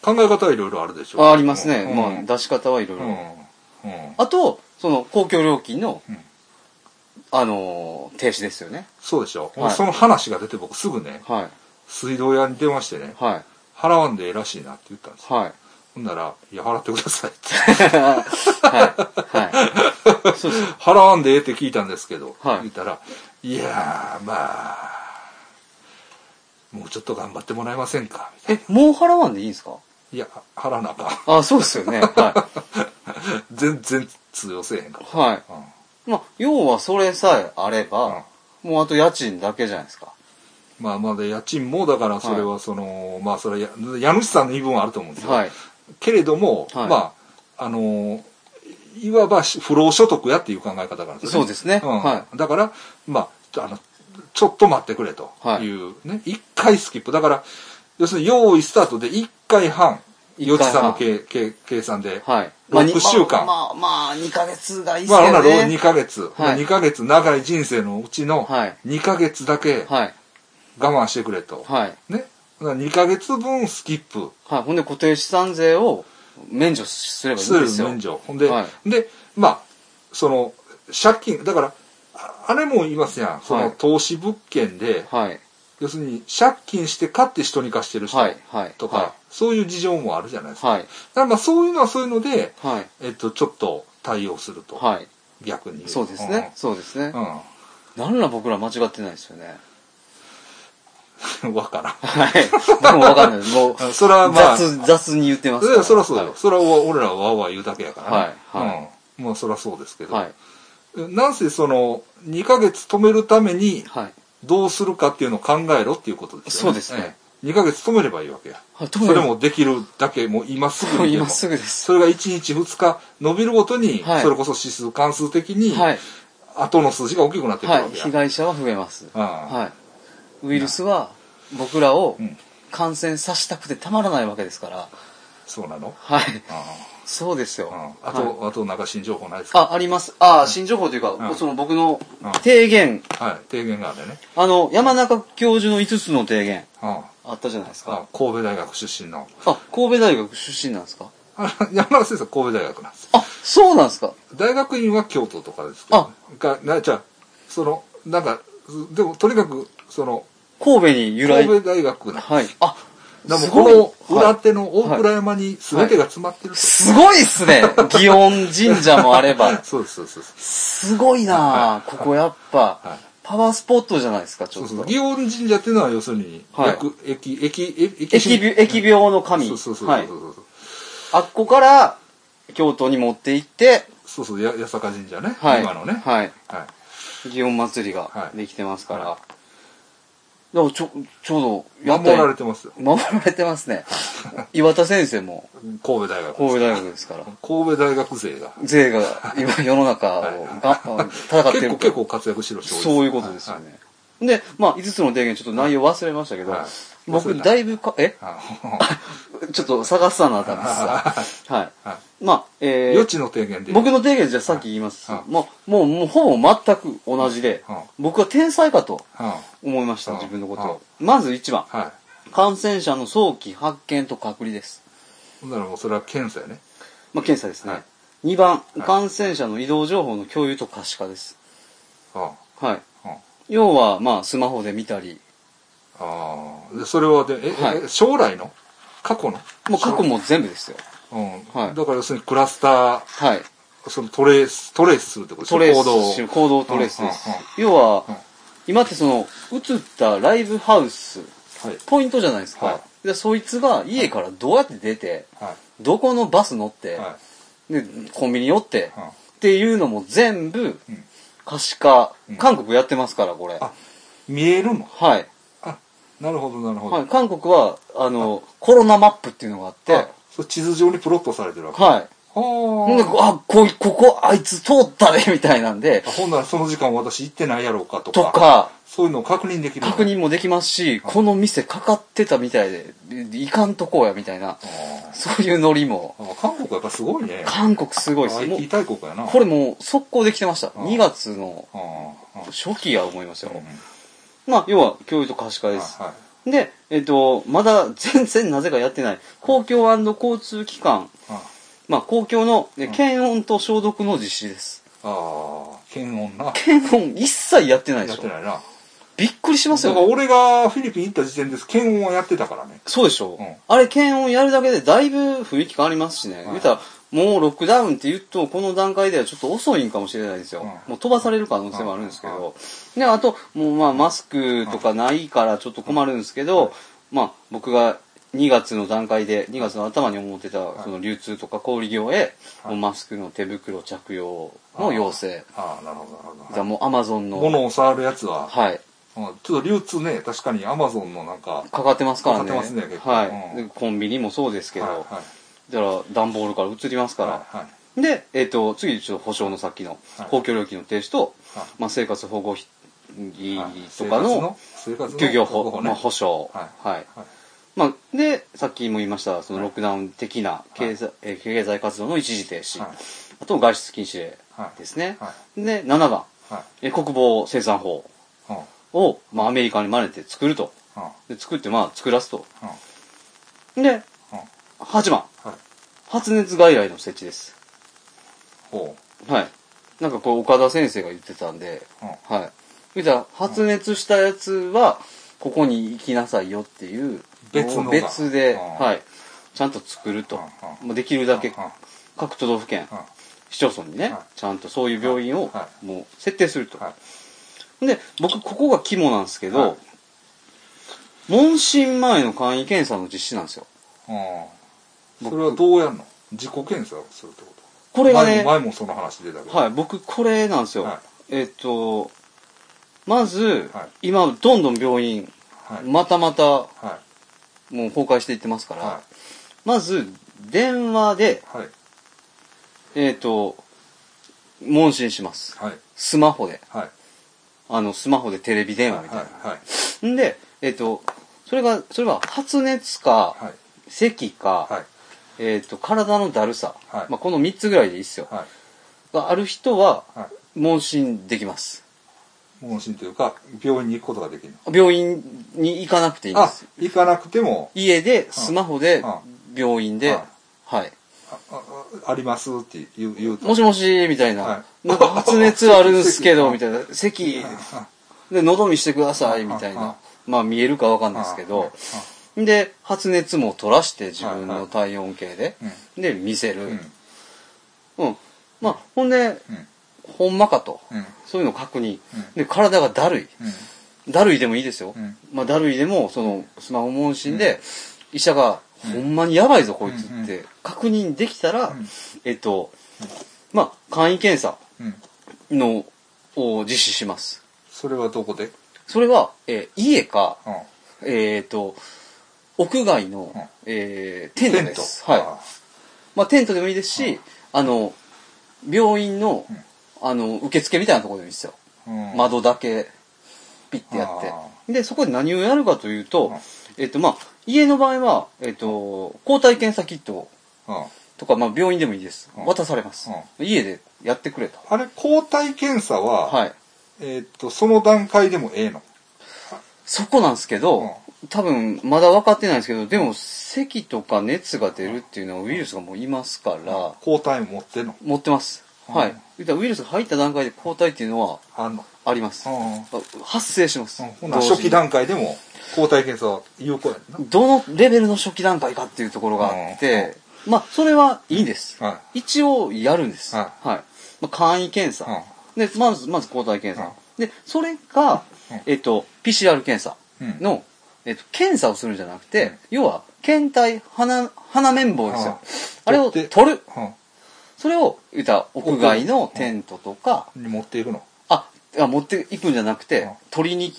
A: 考え方はいろいろあるでしょう
B: あありますね。
A: うん
B: まあ、出し方はいろい
A: うん
B: ろ。
A: うん
B: あと、その、公共料金の
A: うん、
B: あのー、停止ですよね。
A: そうでしょ、
B: はい
A: その話が出て僕すぐね
B: はい。
A: 水道屋に電話してね
B: はい。
A: 払わんでええらしいなって言ったんですよ
B: はい。
A: ほんなら「いや払ってください」って <laughs>
B: はい。はい。そうです。
A: 払わんでええって聞いたんですけど、
B: はい
A: 言ったら「いやーまあもうちょっと頑張ってもらえませんかみたい
B: え、もう払わんでいいんですか
A: ないや腹なあかん <laughs>
B: あ、そうですよね。は
A: 全然通用せえへんか
B: い。は
A: ら、うん
B: い。まあ、要はそれさえあれば、もうあと家賃だけじゃないですか。
A: まあまだ家賃もだからそれはその、まあそれは家主さんの言い分はあると思うんですよ、
B: はい。
A: けれども、
B: はい
A: まああのーいわば不労所得やっていう考え方があるんですよ
B: そうですね
A: ん
B: は
A: だからまああのちょっと待ってくれというね、一回スキップだから要するに用意スタートで一回半
B: 一回
A: 余地
B: 半
A: さんの計計計算で、
B: はい。
A: 六
B: に
A: 週間
B: まあ、まあ、2ヶ月がいいっす
A: まあほ
B: よ
A: んなら2
B: ね。
A: ヶ月、
B: はい
A: 2ヶ月長い人生のうちの
B: はい
A: 2ヶ月だけ
B: はい。
A: 我慢してくれと、
B: はい。
A: ね2ヶ月分スキップ
B: はい。ほんで固定資産税を免除すればいいん
A: 数
B: ですよ。
A: 免除ほんで、
B: は
A: でまあその借金だからああれも言いますやんそ
B: は
A: の
B: い
A: 投資物件で、
B: はい。
A: 要するに借金して買って人に貸してる人
B: はい。はい。
A: とか、
B: は
A: そういう事情もあるじゃないです
B: い。
A: か,、
B: はい。
A: だからまあそういうのはそういうので、
B: はい。
A: えっと、ちょっと対応すると、
B: はい。
A: 逆に
B: そうですね。そうですね
A: う。ん、
B: なんら僕ら間違ってないです
A: <laughs>
B: よね。
A: うん <laughs> わからん
B: はい。でもわかんない。もう、 <laughs>
A: それはまあ
B: 雑、雑に言ってます
A: いやそりゃそうだよ、
B: はい
A: それは俺らはわーわー言うだけやからね、
B: はいは
A: うん、まあそりゃそうですけど、
B: はい。
A: なんせその2ヶ月止めるために
B: はい。
A: どうするかっていうのを考えろっていうことですよね
B: そうですね、
A: 2ヶ月止めればいいわけや
B: はい、
A: それもできるだけもう今すぐにでも
B: 今すぐです。
A: それが1日2日伸びるごとに、
B: はい
A: それこそ指数関数的に
B: はい。
A: 後の数字が大きくなってくる
B: は
A: わ
B: い。
A: けや、
B: 被害者は増えます。
A: うん
B: はい。ウイルスは僕らを
A: うん
B: 感染させたくてたまらないわけですから。
A: そうなの、
B: はい。
A: う
B: そうですよ。
A: んうん、あ
B: はい
A: と、あとなんか新情報ないですか
B: あ、あります。あ、新情報というか、
A: うん
B: その僕の
A: うん
B: 提言、
A: はい提言があるね、
B: あの、山中教授の5つの提言
A: うん、
B: あったじゃないですか。
A: あ神戸大学出身の
B: あ、神戸大学出身なんですか
A: あ山田先生は神戸大学なんですよ
B: あ、そうなんですか
A: 大学院は京都とかですけど、がなじゃあそのなんかでもとにかくその
B: 神戸に由来。
A: 神戸大学な
B: はい。あ、
A: でも
B: すごい
A: この
B: は
A: 裏
B: い
A: 手の大倉山に全てが詰まってる、
B: すごいっすね。祇園神社もあれば。
A: そうですそうですそうです
B: <laughs> すごいなあここやっ
A: はい
B: ぱ、パワースポットじゃないですか、ち
A: そ
B: ょ
A: う
B: っ
A: そう
B: と。
A: 祇園神社っていうのは要するに、
B: はい
A: 役駅駅駅駅
B: 疫病疫病の神。
A: そうそうそうそう
B: はい
A: そ。うそう
B: あっこから、京都に持って行って、
A: そうそうや八坂神社ね、
B: はい。
A: 今のねい、
B: はい。
A: はい
B: 祇園祭りが
A: はい
B: できてますから。
A: は
B: だからちょ、ちょうど、
A: 守られ
B: て
A: てますよ
B: 守られてますね。岩田先生も、
A: 神戸大学
B: 神戸大学ですから。
A: 神戸大学勢が
B: 税が、今世の中をが、戦って
A: 結
B: る
A: 構結構活躍してる人多です
B: そういうことですよね。で、まあ、5つの提言、ちょっと内容忘れましたけど、
A: はい
B: 僕、
A: 忘れた
B: だいぶか、え
A: はいはい
B: ちょっと探すなあかんですさ。はい。
A: は
B: まあ、え
A: い
B: ー
A: 余、地の提言で
B: 僕の提言じゃさっき言います
A: は。い
B: もう、もう、もうほぼ全く同じで
A: はい、
B: 僕は天才かと
A: は
B: 思いました、
A: はい
B: 自分のこと
A: はい
B: を。まず1番、
A: いはい
B: 感染者の早期発見と隔離です。
A: ほんならもうそれは検査やね
B: まあ、検査ですね
A: は。
B: 2番
A: い、
B: 感染者の移動情報の共有と可視化です。
A: あ
B: はい。
A: あ
B: 要は、まあ、スマホで見たり、
A: ああでそれはでえ、
B: はい
A: え将来の過去の
B: もう過去も全部ですよ。
A: うん、
B: はい
A: だから要するにクラスター
B: はい。
A: そのトレーストレースするってことでしょ
B: トレ
A: 行動を
B: ースし、行動トレースです
A: うんうんうん。
B: 要は
A: うん、
B: 今ってその、映ったライブハウス、
A: はい
B: ポイントじゃないです
A: は
B: か。で、そいつが家からどうやって出て、どこのバス乗っ
A: は
B: て
A: い、はい
B: で、コンビニ寄って、
A: はい
B: っていうのも全部
A: ん、
B: 可視化
A: うん。
B: 韓国やってますから、これ。
A: あ
B: は
A: 見えるの
B: い。
A: あなるほどなるほど、
B: はい。韓国は、あの、コロナマップっていうのがあって、
A: あそう地図上にプロットされてるわけ
B: はい。ほんで、
A: は
B: あ、こい、ここ、あいつ通ったね、 <laughs> みたいなんで
A: あ、ほんならその時間私行ってないやろうかと
B: と
A: か
B: か、
A: そういうのを確認できるの
B: 確認もできますし、この店かかってたみたいで、いかんとこうやみたいな、
A: あ
B: そういうノリも、
A: ーあ韓国はやっぱすごいね
B: 韓国すごいです。もう
A: IT 大国やな
B: これもう速攻できてました。
A: ん
B: 2月の
A: あーあー
B: 初期や思いました
A: うん
B: よ。まあ、要は教育と可視化です。
A: はい
B: で、えっと、まだ全然なぜかやってない、公共交通機関、
A: はい
B: まあ、公共のえ検温と消毒の実施です。
A: ああ検温な
B: <laughs> 検温一切やってないで
A: やっ
B: してょ。
A: ないな
B: びっくりします
A: だ
B: よ
A: から
B: ね。
A: 俺がフィリピン行った時点です検温はやってたからね
B: そうでしょ、
A: うん
B: あれ検温やるだけでだいぶ雰囲気変わりますしね。
A: はい
B: 言うたら、もうロックダウンって言うと、この段階ではちょっと遅いんかもしれないですよ。
A: うん
B: もう飛ばされる可能性もあるんですけど。で、あと、もうまあマスクとかないからちょっと困るんですけど、まあ僕が2月の段階で、2月の頭に思ってた、その流通とか小売業へ、
A: はい
B: もうマスクの手袋着用の要請。
A: ああなるほどなるほど、
B: だから
A: はい
B: もうアマゾンの、
A: 物を触るやつは、
B: はい。
A: うんちょっと流通ね確かにアマゾンのなんか
B: かかってますからね。
A: かかってますね結構
B: はい、
A: うん
B: でコンビニもそうですけど、
A: はいはい
B: だから段ボールから移りますから。
A: はいはい
B: で、えっ、と、次、ちょっと保証のさっきの、
A: はい
B: 公共料金の停止と、
A: はい
B: まあ、生活保護費
A: はい
B: とかの、
A: 生活の
B: 休業保、
A: 確保ね
B: まあ、保証、
A: は
B: はい。
A: はい
B: まあ、で、さっきも言いました、その
A: はい
B: ロックダウン的な経済,、えー経済活動の一時停止、
A: はい
B: あと外出禁止令ですね。
A: は
B: で、7番、
A: いはい
B: えー国防生産法
A: うんうん
B: を、まあ、アメリカに真似て作ると。
A: うん
B: で、作って、まあ、作らすと。
A: うん
B: で、
A: うん
B: 8番、
A: はい
B: 発熱外来の設置です。
A: ほ
B: はい。なんかこう、岡田先生が言ってたんで、
A: ううん
B: はい。じゃあ、発熱したやつは、ここに行きなさいよっていう、
A: 別のが
B: 別で、
A: うん
B: はい。ちゃんと作ると。
A: うんうん
B: もうできるだけ
A: うん、うん
B: 各都道府県、
A: は
B: 市町村にね
A: は、
B: ちゃんとそういう病院を
A: は、
B: もう設定すると。
A: い
B: で、僕、ここが肝なんですけ
A: は
B: ど
A: い、
B: 問診前の簡易検査の実施なんですよ。
A: うんそれはどうやんの自己検査をするってこと
B: これがね
A: 前、も前もその話出たけど
B: はい、僕、これなんですよ。
A: は
B: えっと、まず、
A: は
B: 今、どんどん病院、
A: はい
B: またまた、も
A: は
B: う崩壊していってますか
A: い
B: ら、
A: は
B: まず、電話で、
A: いはい
B: えっと、問診します。
A: はい
B: スマホで。
A: はい
B: あの、スマホでテレビ電話みたいな。
A: はい
B: んで、えっと、それが、それは発熱か、
A: はい
B: 咳か、
A: はい
B: えっと、体のだるさ。
A: はい
B: まあ、この3つぐらいでいいっすよ。
A: はい
B: がある人は、
A: はい
B: 問診できます。
A: 問診というか病院に行くことができる
B: 病院に行かなくていいんで
A: あ
B: す。
A: 行かなくても
B: 家で、スマホで
A: あ、
B: 病院で
A: あ、
B: はい。
A: あああありますって言う言うと
B: もしもし、みたいな
A: は。い
B: なんか発熱あるんすけど、
A: 咳
B: みたいな。咳
A: あ
B: で、喉見してください、みたい
A: あ
B: な
A: あ。
B: まあ見えるかわかんないですけど。で、発熱も取らして、自分
A: はいは
B: の
A: い
B: 体温計で。で、見せ
A: うんう
B: る
A: ん。
B: うん。まあ、ほんで、
A: うん
B: ほんまかと。
A: うん
B: そういうのを確認
A: うん。
B: で、体がだるい。だるいでもいいですよ
A: うん。
B: まあ、だるいでも、その、スマホ問診で、医者が、ほんまにやばいぞ、こい
A: う
B: つ
A: んう
B: っ
A: ん
B: て、確認できたら
A: ん、
B: えっと、まあ、簡易検査
A: うんうん
B: の、を実施します。
A: それはどこで
B: それは、えー家か、
A: うん
B: えっ、と、屋外の、
A: うん
B: えーテン
A: テ
B: ト
A: ン
B: で
A: ト
B: す。はい。
A: あ
B: まあ、テントでもいいですし、あの、病院の、
A: ん
B: あの、受付みたいなところでもいいですよ。
A: うん
B: 窓だけ、ピッてや
A: あ
B: って。で、そこで何をやるかというと
A: ん、
B: えっ、と、まあ、家の場合は、えっ、と、抗体検査キット
A: うん
B: とか、まあ、病院でもいいです。
A: うん
B: 渡されます。家でやってくれと。
A: あれ抗体検査は
B: はい。
A: えーっとその段階でもええの
B: そこなんですけど、多分まだ分かってないんですけど、でも咳とか熱が出るっていうのはウイルスがもういますから、
A: 抗体持ってんの
B: 持ってます。
A: うん
B: はい。言ったらウイルスが入った段階で抗体っていうのは
A: あんの
B: あります。
A: うん
B: 発生します。
A: ほな
B: 同時に
A: 初期段階でも抗体検査は有効やんな
B: どのレベルの初期段階かっていうところがあって、まあ、それはいいんです。
A: は
B: 一応やるんです。
A: はい
B: はい。まあ、簡易検査。で、まず、まず抗体検査。で、それが
A: うん、
B: えっと、PCR 検査
A: うん
B: の、えっと、検査をするんじゃなくて、
A: うん
B: 要は、検体、鼻、鼻綿棒ですよ。
A: う
B: あ
A: ん
B: れを
A: 取って
B: 取る。
A: うん
B: それを、言ったら屋外のテントとか、
A: に持っていくの
B: あ、あ持っていくんじゃなくて、
A: うん
B: 取りに、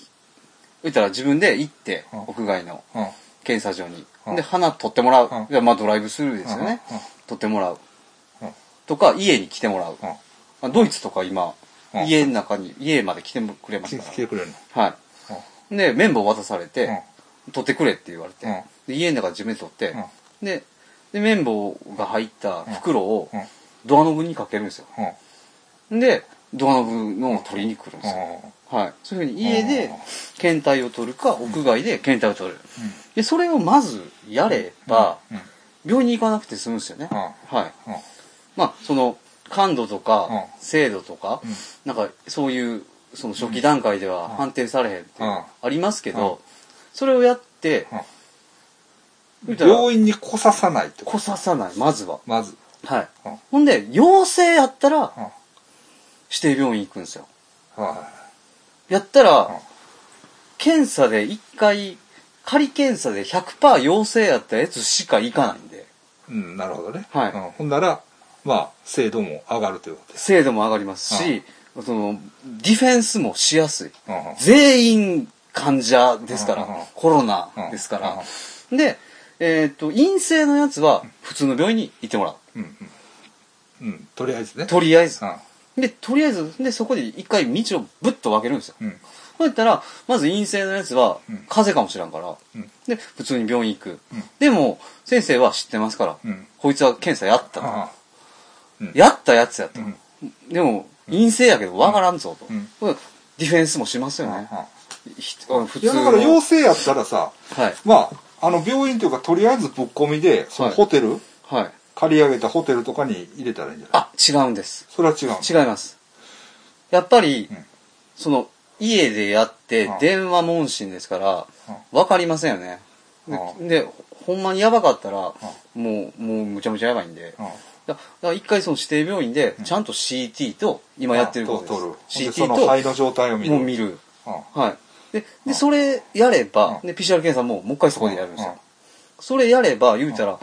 B: 言ったら自分で行って、
A: うん
B: 屋外の
A: うん
B: 検査場に。
A: うん
B: で、鼻取ってもらう。
A: うん
B: いやまあ、ドライブスルーですよね。
A: うんうん
B: 取ってもらう
A: うん。
B: とか、家に来てもらう。
A: うん
B: まあドイツとか今、
A: うん
B: 家の中に、家まで来てくれますか
A: 来てくれるの
B: ら。は
A: うん
B: い。で、綿棒渡され
A: うん
B: て、取ってくれって言われて
A: うん、
B: で家の中で自分で取って
A: うん、
B: で、で綿棒が入った袋を
A: うん
B: ドアノブにかけるんですよ。
A: うん
B: で、ドアノブのを取りに来るんですよ。
A: う
B: はい。そういうふうに家で
A: うん
B: 検体を取るか、屋外で検体を取る。で、それをまずやれば、
A: んうん
B: 病院に行かなくて済むんですよね。
A: うん
B: はい。
A: うん
B: まあ、その、感度とか、
A: う
B: 精度とか、なんか、そういう、その初期段階では判定されへんっていう
A: うん
B: のありますけ
A: うん
B: ど、それをやって
A: うん、
B: 言うたら
A: 病院に来ささないってこ
B: こささない、まずは。
A: とまず
B: はい
A: うん。
B: ほんで、陽性やったら
A: うん、
B: 指定病院行くんですよ。
A: は
B: やった
A: うん
B: ら、検査で一回、仮検査で100%陽性やったやつしか行かないんで、
A: い。うん、なるほどね。
B: はい
A: うんほんなら、まあ、精度も上がるということです。
B: 精度も上がりますし、その、ディフェンスもしやすい。
A: うんうん
B: 全員患者ですか
A: う
B: ら
A: んうんうん、
B: コロナですか
A: うんうん
B: ら。で、えっと、陰性のやつは普通の病院に行ってもらう。
A: うんうん。うん、とりあえずね。
B: とりあえず。
A: う
B: で、とりあえず、で、そこで一回道をぶっと分けるんですよ。
A: ん。うん。
B: そうやったら、まず陰性のやつは
A: うん、
B: 風邪かもしらんから、
A: うん
B: で、普通に病院行く。
A: うん
B: でも、先生は知ってますから、
A: うん。
B: こいつは検査やったと。
A: あうん
B: やったやつやと。
A: うん
B: でも、陰性やけど分からんぞと。
A: うん
B: これディフェンスもしますよね。
A: あ
B: ひあの普
A: い
B: 通
A: や、
B: の。
A: だから陽性やったらさ、
B: はい。
A: まあ、あの、病院というか、とりあえずぶっ込みで、その
B: はい
A: ホテル、
B: はい。
A: 借り上げたホテルとかに入れたらいいんじゃない
B: あ、違うんです。
A: それは違うの。
B: 違います。やっぱり、
A: ん
B: その、家でやって
A: うん、
B: 電話問診ですから、わかりませんよね。で
A: う
B: で、ほんまにやばかったら、もう、もうむちゃむちゃやばいんで。
A: うん。
B: だだから一回その指定病院で、ちゃんと CT と、今やってること
A: 取る。
B: です。
A: ほんでそ
B: CT
A: の
B: と、
A: 肺の状態を見る。
B: もう見る。
A: うん。
B: はい。で、で、それやれば、
A: う
B: で、PCR 検査ももう一回そこでやるんです
A: うん
B: よ。それやれば、言うたら、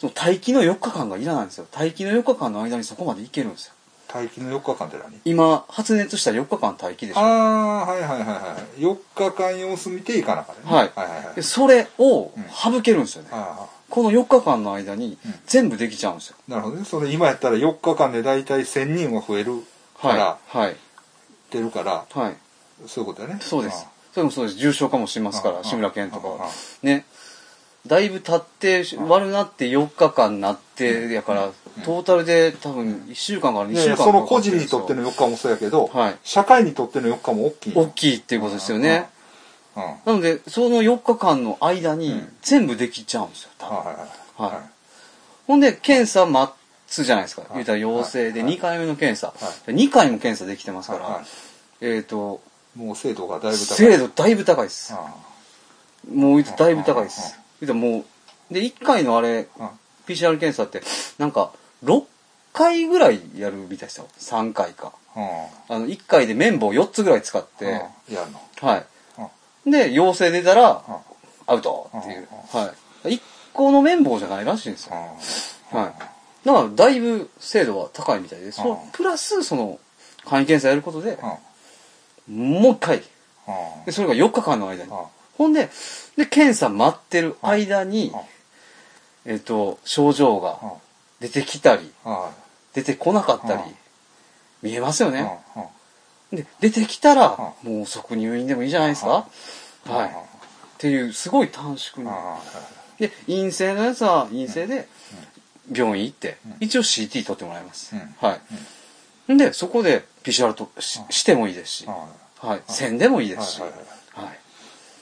B: その待機の4日間がいらないんですよ。待機の4日間の間にそこまでいけるんですよ。
A: 待機の4日間って何
B: 今、発熱したら4日間待機でしょ。
A: ああー、はいはいはいはい。4日間様子見ていかなあかんね。
B: はい
A: はいはいはい
B: で。それを
A: ん
B: 省けるんですよね。
A: あ
B: この4日間の間に
A: うん
B: 全部できちゃうんですよ。
A: あ、なるほどね。それ今やったら4日間で大体1000人は増えるか
B: はい。
A: ら、
B: はい。
A: 出るから、
B: はい。
A: そういうことだよね。
B: そうです。それもそうです。重症化もしますか
A: うん
B: ら、志村けんとか
A: うんうん
B: は。ね。だいぶ経って、悪なって4日間なって、やから、トータルで多分1週間から
A: うん。
B: 2
A: いやい
B: 週間
A: や、
B: か
A: そ
B: か
A: の個人にとって
B: るんで
A: の4日もそうやけど、
B: はい
A: 社会にとっての4日も大きい。
B: すよ大きいっていうことですよね。
A: うん。うん。はい
B: なので、その4日間の間に全部できちゃうんですよ、多分。
A: はいはい。
B: はいほんで、検査待つじゃないですか。言うたら陽
A: は
B: 性
A: い
B: で
A: はい
B: 2回目の検査
A: は。
B: 2回も検査できてますか
A: はいは
B: ら、えっと、
A: い。もう精度がだいぶ高い。
B: 精度だいぶ高いです。もうだいぶ高いで
A: うんうん
B: す。でもう、で、1回のあれ、
A: うん。うん
B: PCR 検査って、なんか、6回ぐらいやるみたいですよ。3回か。あの、1回で綿棒4つぐらい使って、
A: うん。やるの。
B: はい。で、陽性出たら、アウトっていう。
A: う
B: はい。1個の綿棒じゃないらしいんですよ。
A: うん。
B: はい。だから、だいぶ精度は高いみたいで、
A: う
B: そ
A: ん
B: プラス、その、簡易検査やることで、
A: うん。
B: もう一回。
A: うん。
B: で、それが4日間の間に
A: う。ん
B: ほんで、で、検査待ってる間に
A: うん、
B: えっと、症状が
A: うん。
B: 出てきたり、
A: は
B: 出てこなかったり
A: うん、
B: 見えますよ
A: い。
B: ね。
A: うんうん
B: で、出てきたら、もう即入院でもいいじゃないですか。はい。っていう、すごい短縮
A: うんうん
B: な。
A: はい
B: で、陰性のやつは陰性で、病院行って、一応 CT 取ってもらいます。
A: うん
B: はい。んで、そこで PCR とししてもいいですし、
A: は
B: はい。せんでもいいですし、
A: は
B: はいい
A: はい。い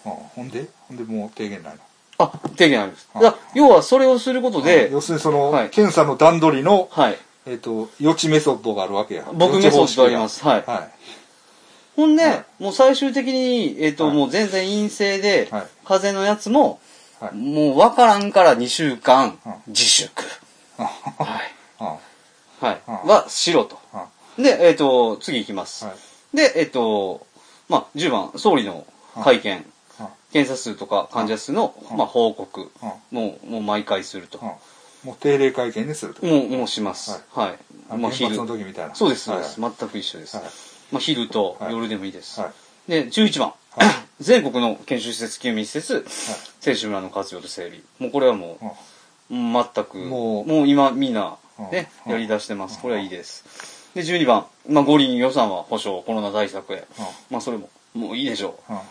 A: うんほんでほんでもう提言ないの
B: あ、提言あるんです。
A: う
B: だ
A: ん
B: から要はそれをすることで、
A: 要するにその、
B: はい
A: 検査の段取りの、
B: はい。
A: えっ、と、予知メソッドがあるわけや。
B: 僕
A: 予
B: メ
A: 知
B: ソ
A: 方
B: ッ
A: 式が
B: ドあります。はい。
A: は
B: ほんで、
A: は
B: もう最終的に、えっ、と、
A: はい
B: もう全然陰性で、
A: はい
B: 風邪のやつも、
A: い。はい。
B: もうわからんから2週間
A: うん、
B: 自粛。
A: あ
B: はい。
A: あ
B: はい。
A: うん
B: は、しろと。
A: あ
B: で、えっ、と、次行きます。
A: はい
B: で、えっ、と、まあ、10番、総理の会見、
A: あ
B: 検査数とか患者数の、まあ、報告、もう、もう毎回すると。
A: あもう定例会見にすると。
B: もう、もうします。はい。
A: あ
B: ま
A: 原
B: あ、昼
A: 発。の時みたいな。
B: そうです、そうで
A: はい
B: す。全く一緒です。
A: はい
B: まあ、昼と
A: はい
B: 夜でもいいです。
A: はい
B: で、11番。 <coughs> 全国の研修施設、休眠施設、選手村の活用と整備。もうこれはもう、全く、
A: も
B: も
A: う
B: う今みんなね、
A: うん
B: やり出してます。これはいいです。で、12番。まあ、五輪予算は保障、コロナ対策へ。まあ、それも、もういいでしょ
A: うん。うん
B: う。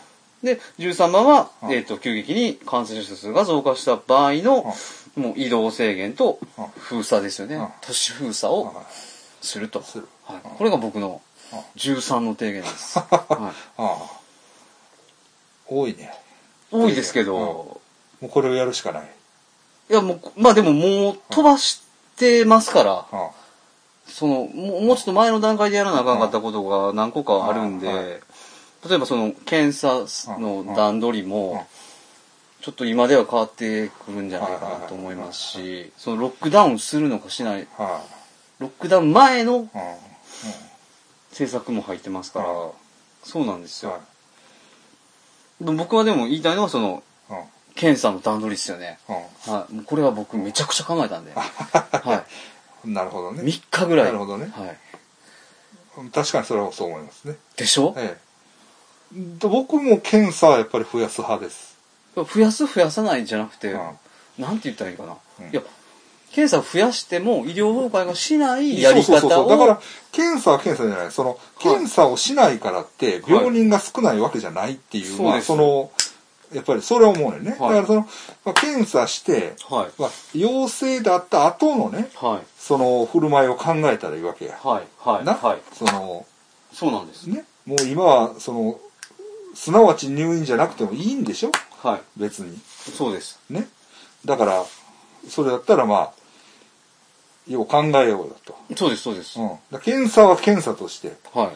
B: で、13番は
A: う、ん
B: えっと、急激に感染者数が増加した場合の、もう移動制限と
A: うん
B: 封鎖ですよね
A: うん。
B: 都市封鎖
A: うん
B: をすると。
A: する
B: はい、これが僕の
A: うん
B: 13の提言
A: <laughs>
B: です。はい、
A: ああ多いね。
B: 多いですけど、
A: もうこれをやるしかない。
B: いやもう、まあでももう飛ばしてますから、
A: あ
B: そのもう、もうちょっと前の段階でやらなあかんかったことが何個かあるん
A: うんはい
B: で、例えばその検査の段取り
A: うん
B: も、ちょっと今では変わってくるんじゃないかなと思いますし、そのロックダウンするのかしない、
A: は
B: ロックダウン前の
A: い、うん、うん
B: 制作も入ってますから、
A: は
B: そうなんですよ。
A: は
B: でも僕はでも言いたいのはその、
A: い、うん、
B: ケンさんの段取りですよね。はい。もうこれは僕めちゃくちゃ考えたんで。は
A: うん、なるほど
B: い。
A: ね。
B: 3日ぐらい。
A: なるほどね
B: はい。
A: 確かにそれはそう思いますね。
B: でしょ、
A: ええ。と僕も検査はやっぱり増やす派です。
B: 増やす増やさないじゃなくて、
A: うん
B: なんて言ったらいいかな。
A: うん
B: いや、検査を増やしても医療崩壊がしないやり
A: そう
B: 方
A: そうそ
B: を。
A: うそう。だから、検査は検査じゃない。その、検査をしないからって、病人が少ないわけじゃないっていう、
B: はい
A: まあ、その、やっぱりそれは思うのよね。
B: はい
A: だからその、まあ、検査して、
B: はい。
A: まあ、陽性だった後のね、
B: はい。
A: その振る舞いを考えたらいいわけや。
B: はい。はい。
A: な、
B: はい。
A: その、
B: そうなんです。
A: ね、もう今は、その、すなわち入院じゃなくてもいいんでしょ
B: はい。
A: 別に。
B: そうです。
A: ね。だから、それだったらまあ、よう考えようよと。
B: そうです、そうです。
A: うん。だから検査は検査として、
B: は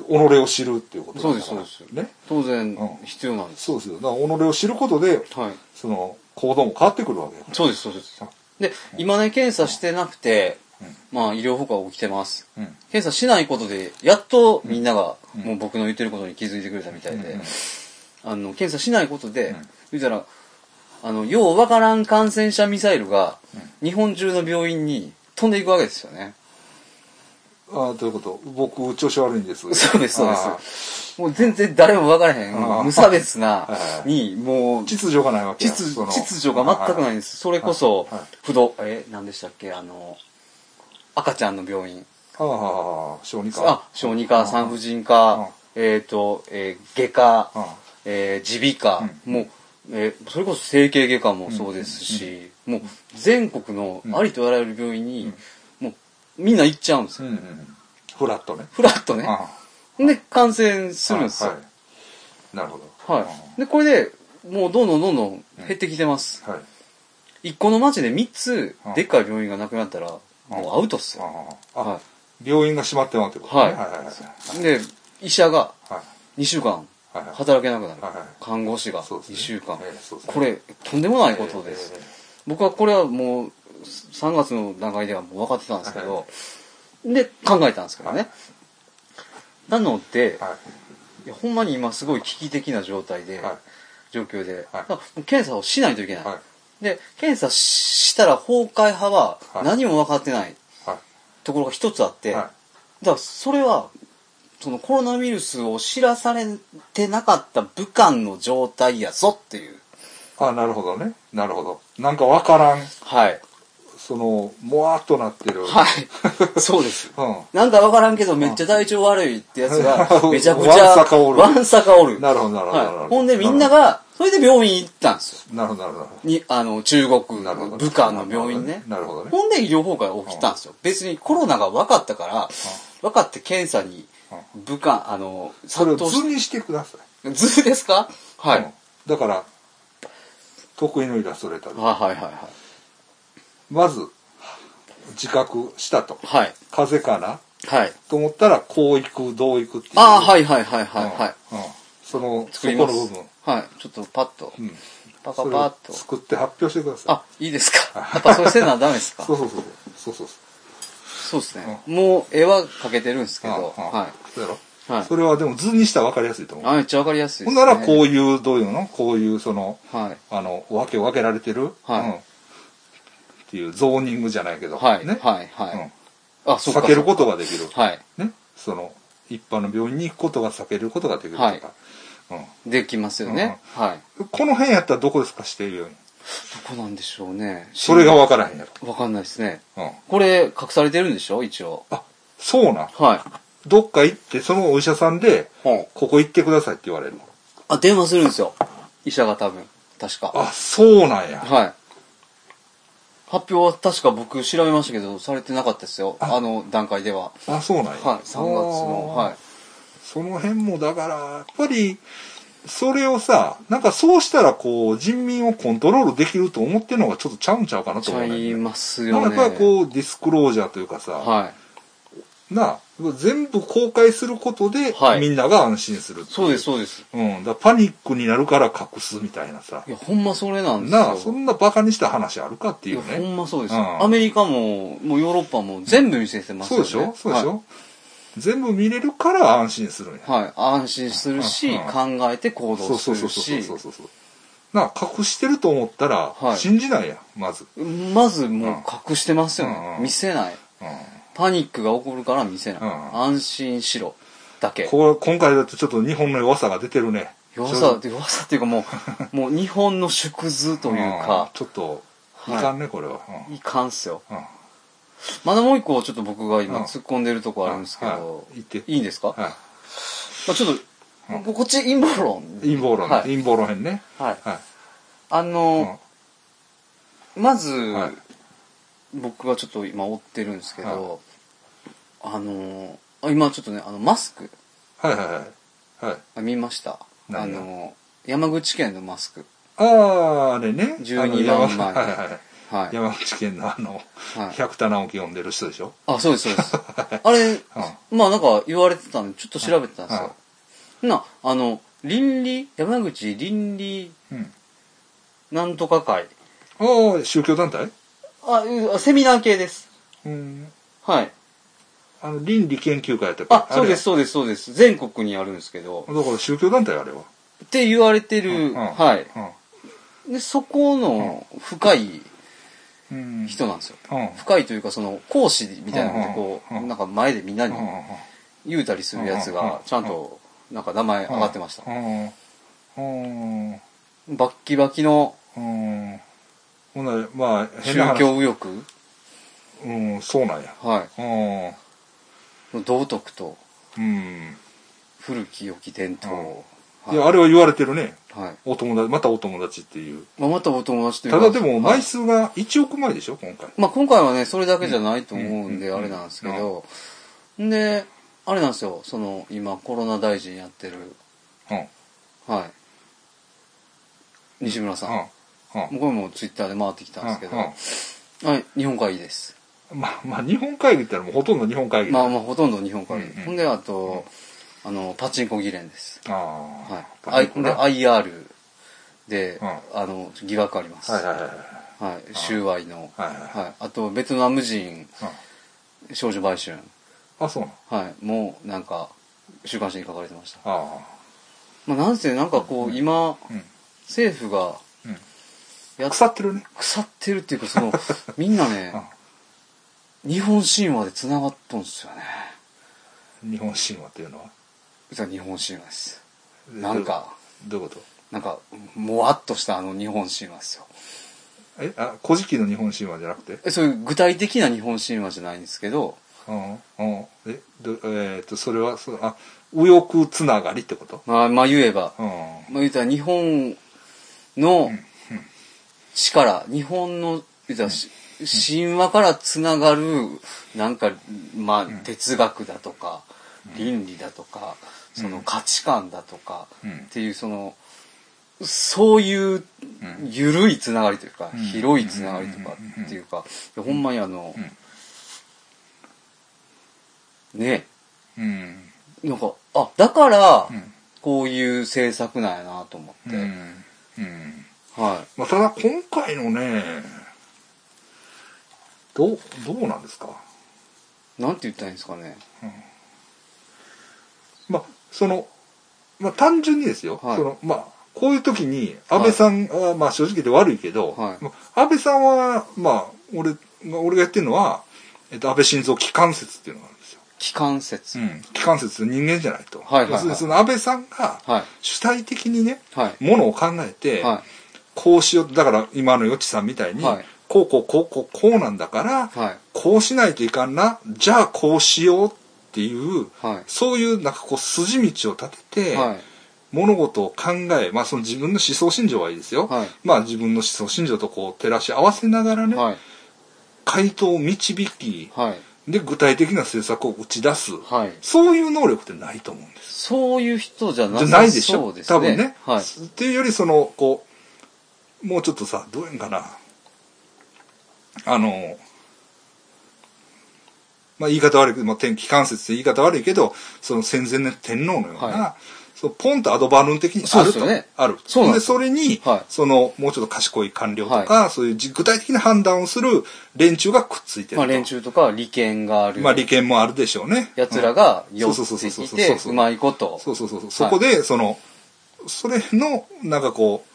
A: 己を知るっていうことだから
B: そうですそうです
A: ね。
B: 当然
A: うん、
B: 必要なんです。
A: そうですよ。だから己を知ることで、
B: はい。
A: その、行動も変わってくるわけよ。
B: そうです、そうです
A: あ。
B: で、今ね、検査してなくて、
A: うん
B: まあ、医療崩壊が起きてます。
A: うん。
B: 検査しないことで、やっとみんなが、
A: うん
B: もう僕の言ってることに気づいてくれたみたいで、
A: うん
B: あの、検査しないことで、
A: うん
B: 言うたら、あの、ようわからん感染者ミサイルが、日本中の病院に飛んでいくわけですよね。
A: ああ、ということ。僕、調子悪いんです。
B: そうです、そう
A: ああ
B: です。もう全然誰もわからへ
A: あ
B: ん、
A: あ
B: 無差別な
A: <laughs> は、い
B: に、もう、
A: 秩序がないわけや
B: 秩
A: その
B: 秩序が全くないんです。それこそ
A: はいはい、
B: 不動、え、何でしたっけ、あの、赤ちゃんの病院。
A: ああ、小児科。
B: あ、小児科、産婦人科、えっ、と、えー外科、
A: うん
B: えー耳鼻科、もう、えーそれこそ整形外科もそうですし、もう全国のありとあらゆる病院に、もうみんな行っちゃうんです
A: う
B: よ。
A: んうん。フラットね。
B: ふらっとね。
A: あ
B: で、感染す
A: あ
B: るんですよ。
A: は
B: はいい。
A: はいなるほど。
B: で、これで、もうどんどんどんどん減ってきてます。
A: はい。
B: 一個の町で3つ
A: うん、
B: でっかい病院がなくなったら、もうアウトっすよ。
A: あああ、
B: は
A: 病院が閉まってまうってことね。
B: はい
A: はいはいはい。
B: い。で、医者が
A: はい
B: 2週間
A: はいはい
B: 働けなくなる
A: はいはい。
B: 看護師が
A: そうですね
B: 2週間
A: ええそうです。ね
B: これ、とんでもないことです
A: ええ。
B: 僕はこれはもう、3月の段階ではもう分かってたんですけど、で、考えたんですけどね。なので、
A: はい
B: やほんまに今すごい危機的な状態で
A: い、はい
B: 状況で、
A: はい
B: だからもう検査をしないといけない。
A: はい
B: で、検査したら崩壊派は
A: はい
B: 何も分かってない
A: は
B: ところが一つあって、
A: いは
B: だからそれはそのコロナウイルスを知らされてなかった武漢の状態やぞっていう
A: い。あ、なるほどね。なるほど。なんかわからん、
B: はい
A: その、もわーっとなってる。
B: はい <laughs> そ
A: <laughs>
B: うです
A: う
B: なんかわからんけどめっちゃ体調悪いってやつがめちゃくちゃ
A: わんさかおる
B: わんさかおる
A: ん。なるほど、なるほど。なる
B: はい、
A: ど
B: ほんでみんな。がそれで病院行ったんですよ
A: なるほど、なるほ
B: にあの中国
A: ど。なるほど。
B: 武漢の病院ね
A: なるほどね。
B: ほんで医療崩壊が起きたんですよ。別にコロナが分かったから、分かって検査に武漢、あの、
A: それ
B: 殺
A: を
B: 到
A: 図
B: し
A: にしてください。
B: 図ですかはい。
A: うんだから、得意のイラストレーターで。
B: はいはいはいはい。
A: まず、自覚したと。
B: はい。
A: 風邪かな
B: はい。
A: と思ったら、こう行く、どう行くっていう。
B: ああ、はいはいはいはい。はい
A: うん。うんその、そ
B: 作
A: こ
B: りま
A: の
B: す
A: 部分。
B: はい。ちょっとパッと。
A: うん。
B: パカ
A: それ
B: パッ
A: を
B: と。
A: 作って発表してください。
B: あ、いいで
A: <laughs>
B: すか。やっぱそうせなダメですか
A: そ。うそうそう。そうそうそう。
B: そうですね。もう絵は描けてるんですけど。
A: うんうん
B: は
A: そうやろ
B: い。はい
A: それはでも図にしたら分かりやすいと思う。
B: あ。めっちゃわかりやすい
A: ほ
B: で
A: ん
B: す、
A: な
B: ね。
A: らこういう、どういうのこういうその、
B: はい。
A: あの、分け分けられてる、
B: はい
A: うんっていうゾーニングじゃないけど、
B: はい。
A: ね
B: はい。はい。
A: うん
B: あ、そうか。
A: 避けることができる。
B: はい。
A: ね、その、一般の病院に行くことが避けることができるとか。
B: はいできますよね。はい。
A: うん、この辺やったらどこですかしてるように。
B: どこなんでしょうね。
A: それが分からへんや
B: わかんないですね。
A: ろ。うん。
B: これ、隠されてるんでしょ一応。
A: あ、そうなん。
B: は
A: どっか行って、そのお医者さんで、
B: い。はい。
A: ここ行ってくださいって言われるの。
B: あ、電話するんですよ。医者が多分。確か。
A: あ、そうなんや。
B: はい。発表は確か僕調べましたけど、されてなかったですよ。あの段階では。
A: あ、そうなんや。
B: はい。3月の。
A: あー
B: はい。
A: その辺もだから、やっぱり、それをさ、なんかそうしたらこう、人民をコントロールできると思ってるのがちょっとちゃうんちゃうかなと
B: ち
A: 思
B: ゃ
A: うね。
B: います
A: だか
B: よ
A: らやっぱり
B: ね。
A: こう、ディスクロージャーというかさ、
B: は
A: なあ全部公開することで、
B: はい
A: みんなが安心するってい
B: そうです、そうです。
A: うん、だからパニックになるから隠すみたいなさ
B: いや、ほんまそれなんですよ。
A: なあそんなバカにした話あるかって
B: い
A: い
B: や
A: う
B: ほ
A: ね
B: んまそうです、
A: うん
B: アメリカも、もうヨーロッパも全部見せてます
A: そ
B: よ
A: う
B: ね。
A: でしょそうでしょ、
B: はい
A: 全部見れるから安心するんや、
B: はい。安心するし、
A: う
B: 考えて行
A: そう
B: 動す
A: そうそ
B: る
A: うそう
B: し
A: そう、そうそうなあ隠してると思ったら
B: はい
A: 信じないや、まず、
B: まずもう隠してますよ
A: うん
B: ね
A: う。ん
B: 見せない。
A: うん
B: パニックが起こるから見せない。
A: うん
B: 安心しろ。だけ。
A: こ今回だとちょっと日本の弱さが出てるね
B: 弱
A: ちょ
B: さ、弱さっていうかも
A: <laughs>
B: う、もう日本の縮図という
A: うん
B: か、
A: ちょっといかんね、これは、うん
B: いかんっすよ。
A: うん
B: まだもう一個ちょっと僕が今
A: うん
B: 突っ込んでるとこあるんですけ
A: は
B: ど
A: い、言って
B: いいんですかま
A: は
B: あちょっと、こっち陰謀論。
A: い、陰謀論、ね
B: はい
A: 陰謀論編ね
B: はい。
A: はい、
B: あ
A: う
B: の
A: ん、
B: まず、
A: はい
B: 僕はちょっと今追ってるんですけど、あのー今ちょっとねあのマスク
A: はいはいはいはい
B: あ見ましたあ
A: 何が
B: のー山口県のマスク
A: あああれね
B: 12
A: あの
B: 万
A: 山
B: 枚
A: はいはい
B: はい、
A: 山口県のあの、
B: はい、
A: 百田直樹読んでる人でしょ、
B: あそうですそうです
A: <laughs>
B: あれまあなんか言われてたんでちょっと調べてたんですよ
A: は、
B: なあの倫理山口倫理
A: うん、
B: なんとか会
A: ああ宗教団体
B: あうあセミナー系です
A: うん
B: はい
A: あの倫理研究会やったっけ
B: あそうです
A: あ
B: そうですそうです全国にあるんですけど
A: れだから宗教団体あれは、
B: って言われて
A: う
B: る、
A: ん
B: はい
A: い
B: でそこの深い
A: うん、
B: 人なんですよ、
A: うんうん
B: 深いというかその講師みたいなのでこう、
A: うんうん
B: なんか前でみんなに
A: うんうん
B: 言うたりするやつ
A: うんうん
B: がちゃんとなんか名前上がってました、
A: うんうん
B: バッキバキの
A: うんほんならまあ
B: 宗
A: 変な話
B: 教右翼
A: うんそうなんや
B: は
A: うん
B: いの道徳と
A: うん
B: 古き良き伝統、
A: い
B: は
A: やあれは言われてるね
B: い、はい
A: お友達またお友達っていう
B: まあ、またお友達という
A: た
B: か
A: だでも
B: はい
A: 枚数が1億枚でしょ今回
B: まあ、今回はねそれだけじゃないと思うんで
A: うん
B: あれなんですけど、であれなんですよその今コロナ大臣やってる
A: うん
B: はい西村さん、
A: うんうん
B: もうこれもツイッターで回ってきたんですけど、
A: うんうん
B: はい、日本会議です。
A: まあ、まあ、日本会議ってのはもうほとんど日本会議だ
B: まあまあ、ほとんど日本会議。
A: うんうん
B: ほんで、あと、あの、パチンコ議連です。
A: ああ
B: はい。
A: パ
B: あ
A: ニッ
B: い
A: ク
B: ほん
A: な
B: で、
A: はい
B: IR で、
A: う
B: あの、疑惑あります。
A: はいはいはい
B: はい収賄の。
A: はいはい
B: はい。あと、ベトナム人
A: うん
B: 少女売春。
A: あそうなの
B: はい。もう、なんか、週刊誌に書かれてました。
A: あ
B: まあ、なんせ、なんかこう、今、
A: あうん
B: 政府が
A: うん
B: やっ
A: 腐ってるね
B: 腐ってるっていうか、
A: <laughs>
B: その、みんなね、日本神話で繋がっとんすよね。
A: 日本神話っていうのは
B: 実は日本神話です。なんか、
A: どういうこと
B: なんか、もわっとしたあの日本神話ですよ。
A: えあ古事記の日本神話じゃなくて
B: えそういう具体的な日本神話じゃないんですけど、
A: うんうんえどえー、とそれはそあ右翼つながりってこと
B: まあ、まあ言えば、
A: うん
B: まあ言うたら日本の力、日本の、言うたらし神話からつながる、なんか、まあ、哲学だとか、倫理だとか、その価値観だとか、
A: うん
B: っていうその、そういう緩いつながりというか、
A: ん
B: 広いつながりとかっていうか、いやほんまにあの、ね
A: うん
B: なんか、あ、だから
A: ん、
B: こういう政策なんやなと思っ
A: う
B: て、
A: んうん
B: は
A: まあ、ただ今回のねどうどうなんですか
B: い。なんて言ったらいいんですかね。
A: まあその、まあ、単純にですよ、
B: はい
A: そのまあ、こういう時に安倍さんは、まあ、正直言って悪いけど、
B: はい
A: まあ安倍さんは、まあ、俺が俺がやってるのは、えっと、安倍晋三機関説っていうのがあるんですよ。
B: 機関説。
A: うん、機関説人間じゃないと、
B: はいはいはい
A: 要するにその安倍さんが
B: はい。
A: 主体的にね、
B: はい。
A: ものを考えて、
B: は
A: こうしようだから今のよちさんみたいに、
B: はい
A: こうこうこうこうこうなんだから、
B: い。はい。
A: こうしないといかんなじゃあこうしようっていう、
B: はい
A: そういうなんかこう筋道を立てて、
B: はい。
A: 物事を考え、まあ、その自分の思想信条はいいですよ、
B: はい
A: まあ、自分の思想信条とこう照らし合わせながらね、
B: はい。
A: 回答を導き
B: はい。
A: で具体的な政策を打ち出す、
B: はい。
A: そういう能力ってないと思うんです
B: そういう人じゃな
A: じ
B: さ
A: ゃないでし
B: そ
A: ょ
B: うですね。
A: 多分ね、
B: はい。
A: っていうよりそのこうもうちょっとさどういうんかなあのまあ言い方悪いけど、まあ天気関節って言い方悪いけど、その戦前の天皇のような、
B: は
A: そうポンとアドバルーン的にある
B: そうです
A: と。
B: よね
A: ある。
B: そうなん
A: で
B: です
A: それに、
B: はい
A: その、もうちょっと賢い官僚とか、そういうじ具体的な判断をする連中がくっついてると。
B: まあ連中とか利権がある
A: まあ利権もあるでしょうね。
B: 奴らが寄っ
A: そうそうそ
B: て
A: うそう
B: き
A: そうそう
B: て
A: そう
B: うまいこと
A: そうそうそうそう。そこで、その、それの、なんかこう、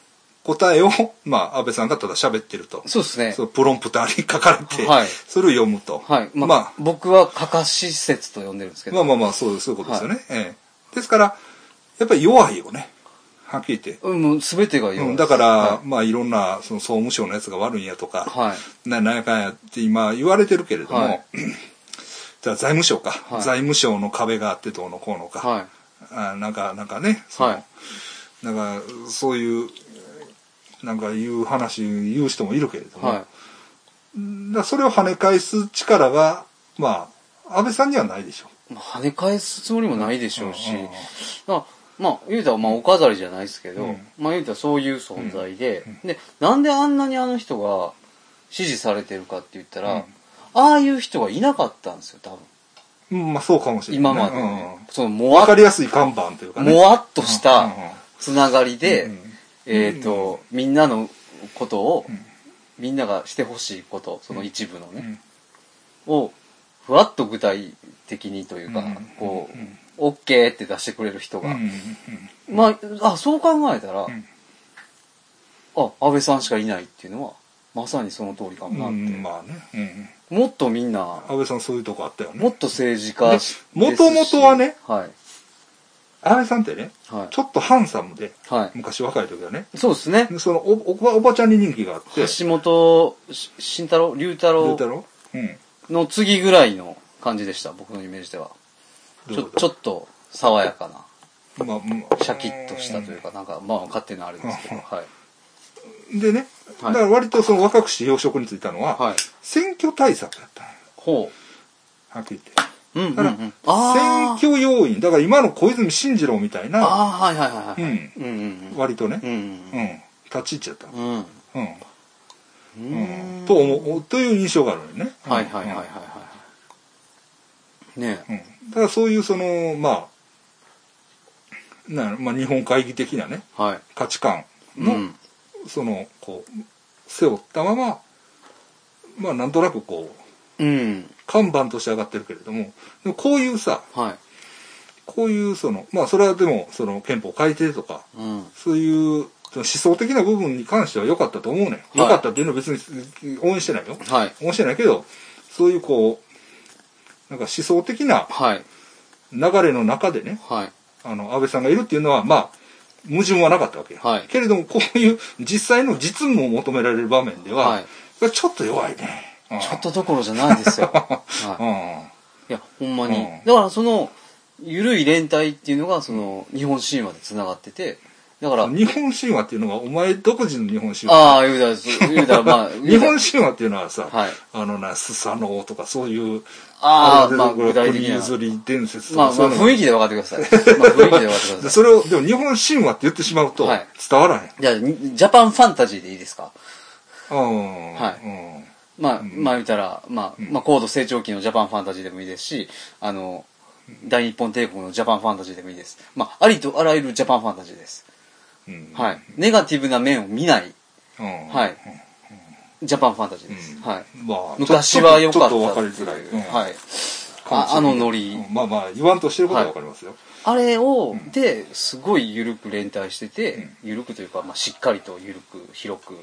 A: 答えを、 <laughs> まあ、安倍さんがただ喋ってると。
B: そうですね
A: そうプロンプターに書かれて、
B: はい
A: それを読むと。
B: はいまあ、
A: まあ、
B: 僕はかかし説と呼んでるんですけ
A: まあ
B: ど、
A: まあまあ、そうです、そういうことですよね。ええですから、やっぱり弱いよね。はっきり言って。
B: うんもう全てが
A: う
B: 弱い
A: ん、だから、
B: は
A: まあいろんなその総務省のやつが悪いんやとか、
B: は
A: ななんやかんやって今言われてるけれども、<clears throat>
B: は
A: だ
B: い
A: から財務省か、
B: い
A: 財務省の壁があってどうのこうのか、
B: い、は
A: あなんかなんかね
B: い
A: その
B: はい
A: なんかそういうなんかいう話言う人もいるけれども、
B: はい
A: だからそれを跳ね返す力がまあ安倍さんにはないでしょ
B: まあ跳ね返すつもりもないでしょうし、
A: うんうんうん
B: まあまあ言うたらまあお飾りじゃないですけど、
A: うん
B: まあ言うたらそういう存在で、でなんであんなにあの人が支持されてるかって言ったら、
A: うん
B: ああいう人がいなかったんですよ多分
A: うんまあそうかもしれな
B: 今
A: い、
B: までね、
A: うん
B: そのも
A: わ
B: わ
A: かりやすい看板というかね
B: もわっと
A: う
B: し
A: んう
B: た
A: んうん
B: つながりで、
A: うんうん
B: えっ、と、みんなのことを、みんながしてほしいことその一部のね、
A: うん
B: をふわっと具体的にというか、
A: うん
B: こう、オッケーって出してくれる人
A: う
B: が、
A: んうん
B: まああそう考えたら、
A: ん
B: あ安倍さんしかいないっていうのはまさにその通りか
A: うんう
B: もなって、
A: んまあね、うん
B: もっとみんな
A: 安倍さんそういうとこあったよ
B: も
A: ね
B: っと政治家
A: で
B: し
A: 元々はね
B: はい
A: 安倍さんってね
B: は
A: ちょっとハンサムで
B: い、はい、
A: 昔若い時はね
B: そうですね
A: でそのおおばおばちゃんに人気があって
B: 橋本し慎太郎龍太
A: どう
B: 郎
A: だろううん
B: の次ぐらいの感じでした僕のイメージでは
A: どう
B: ち
A: いう
B: ょ
A: こと
B: ちょっと爽やかな
A: まあうん
B: シャキッとしたというかなんかまあ勝手なあれですけどはい
A: でね、
B: はい
A: だから割とその若くして要職に就いたのは、
B: はい
A: 選挙対策だったのよ
B: ほ
A: はっきり言って。
B: ううんうんう
A: だから、
B: んあー
A: 選挙要員、だから今の小泉進次郎みたいな、
B: ああはいはいはいはい
A: うん
B: うんうん
A: 割とね、
B: う
A: うんん、
B: うん
A: 立ち入っちゃっ
B: うん
A: た。うん。
B: う
A: うん
B: ん
A: と思う、という印象があるのよね。
B: はいはいは
A: うん
B: いはいはいねえ
A: うん、だからそういうその、まあ、なんやろまあ日本会議的なね、
B: はい
A: 価値観
B: う
A: の、
B: ん
A: その、こう、背負ったまま、まあなんとなくこう、
B: うん
A: 看板として上がってるけれども、でもこういうさ、
B: は
A: こういうその、まあそれはでも、その憲法改定とか、
B: いうん
A: そういうその思想的な部分に関しては良かったと思うねん。良、かったっていうのは別に応援してないよ。
B: はい
A: 応援してないけど、そういうこう、なんか思想的な
B: はい
A: 流れの中でね、
B: はい
A: あの、安倍さんがいるっていうのは、まあ、矛盾はなかったわけよ。
B: はい
A: けれども、こういう実際の実務を求められる場面では、
B: はい
A: ちょっと弱いね。うん
B: ちょっとどころじゃないですよ <laughs> はい
A: うん
B: いや、ほんまに。
A: うん
B: だからその、ゆるい連帯っていうのが、その、日本神話で繋がってて、だから、
A: 日本神話っていうのが、お前独自の日本神話。
B: ああ、言うたら、そう言うたら、まあ、
A: <laughs> 日本神話っていうのはさ、
B: はい
A: あのな、スサノオとかそういう、
B: ああ、
A: れ
B: まあ、
A: これ
B: 具体的
A: 国
B: な。
A: 譲り伝説と
B: ま
A: か、
B: あ、ま
A: そう
B: あ、
A: いうの
B: 雰囲気で分かってください。まあ、雰囲気で分かってく
A: で
B: ださ
A: <laughs> それを、でも日本神話って言ってしまうと
B: はい
A: 伝わらへん。
B: い。じゃあ、にジャパンファンタジーでいいですか
A: うん。
B: はい
A: うん
B: まあ、まあ言うたら、まあ、まあ、高度成長期のジャパンファンタジーでもいいですし、あの、大日本帝国のジャパンファンタジーでもいいです。まあ、ありとあらゆるジャパンファンタジーです。
A: うん。
B: はい。ネガティブな面を見ない、
A: うん
B: はい。ジャパンファンタジーです。
A: うん
B: はい。
A: まあ、
B: 昔は良かった
A: ちょっとわかり
B: って
A: づ
B: いう
A: らい。うん
B: はい。ああのノリ、
A: うんまあまあ、言わんとしてることはわかりますよ。
B: あれを、ですごい緩く連帯してて、緩くというか、まあ、しっかりと緩く広く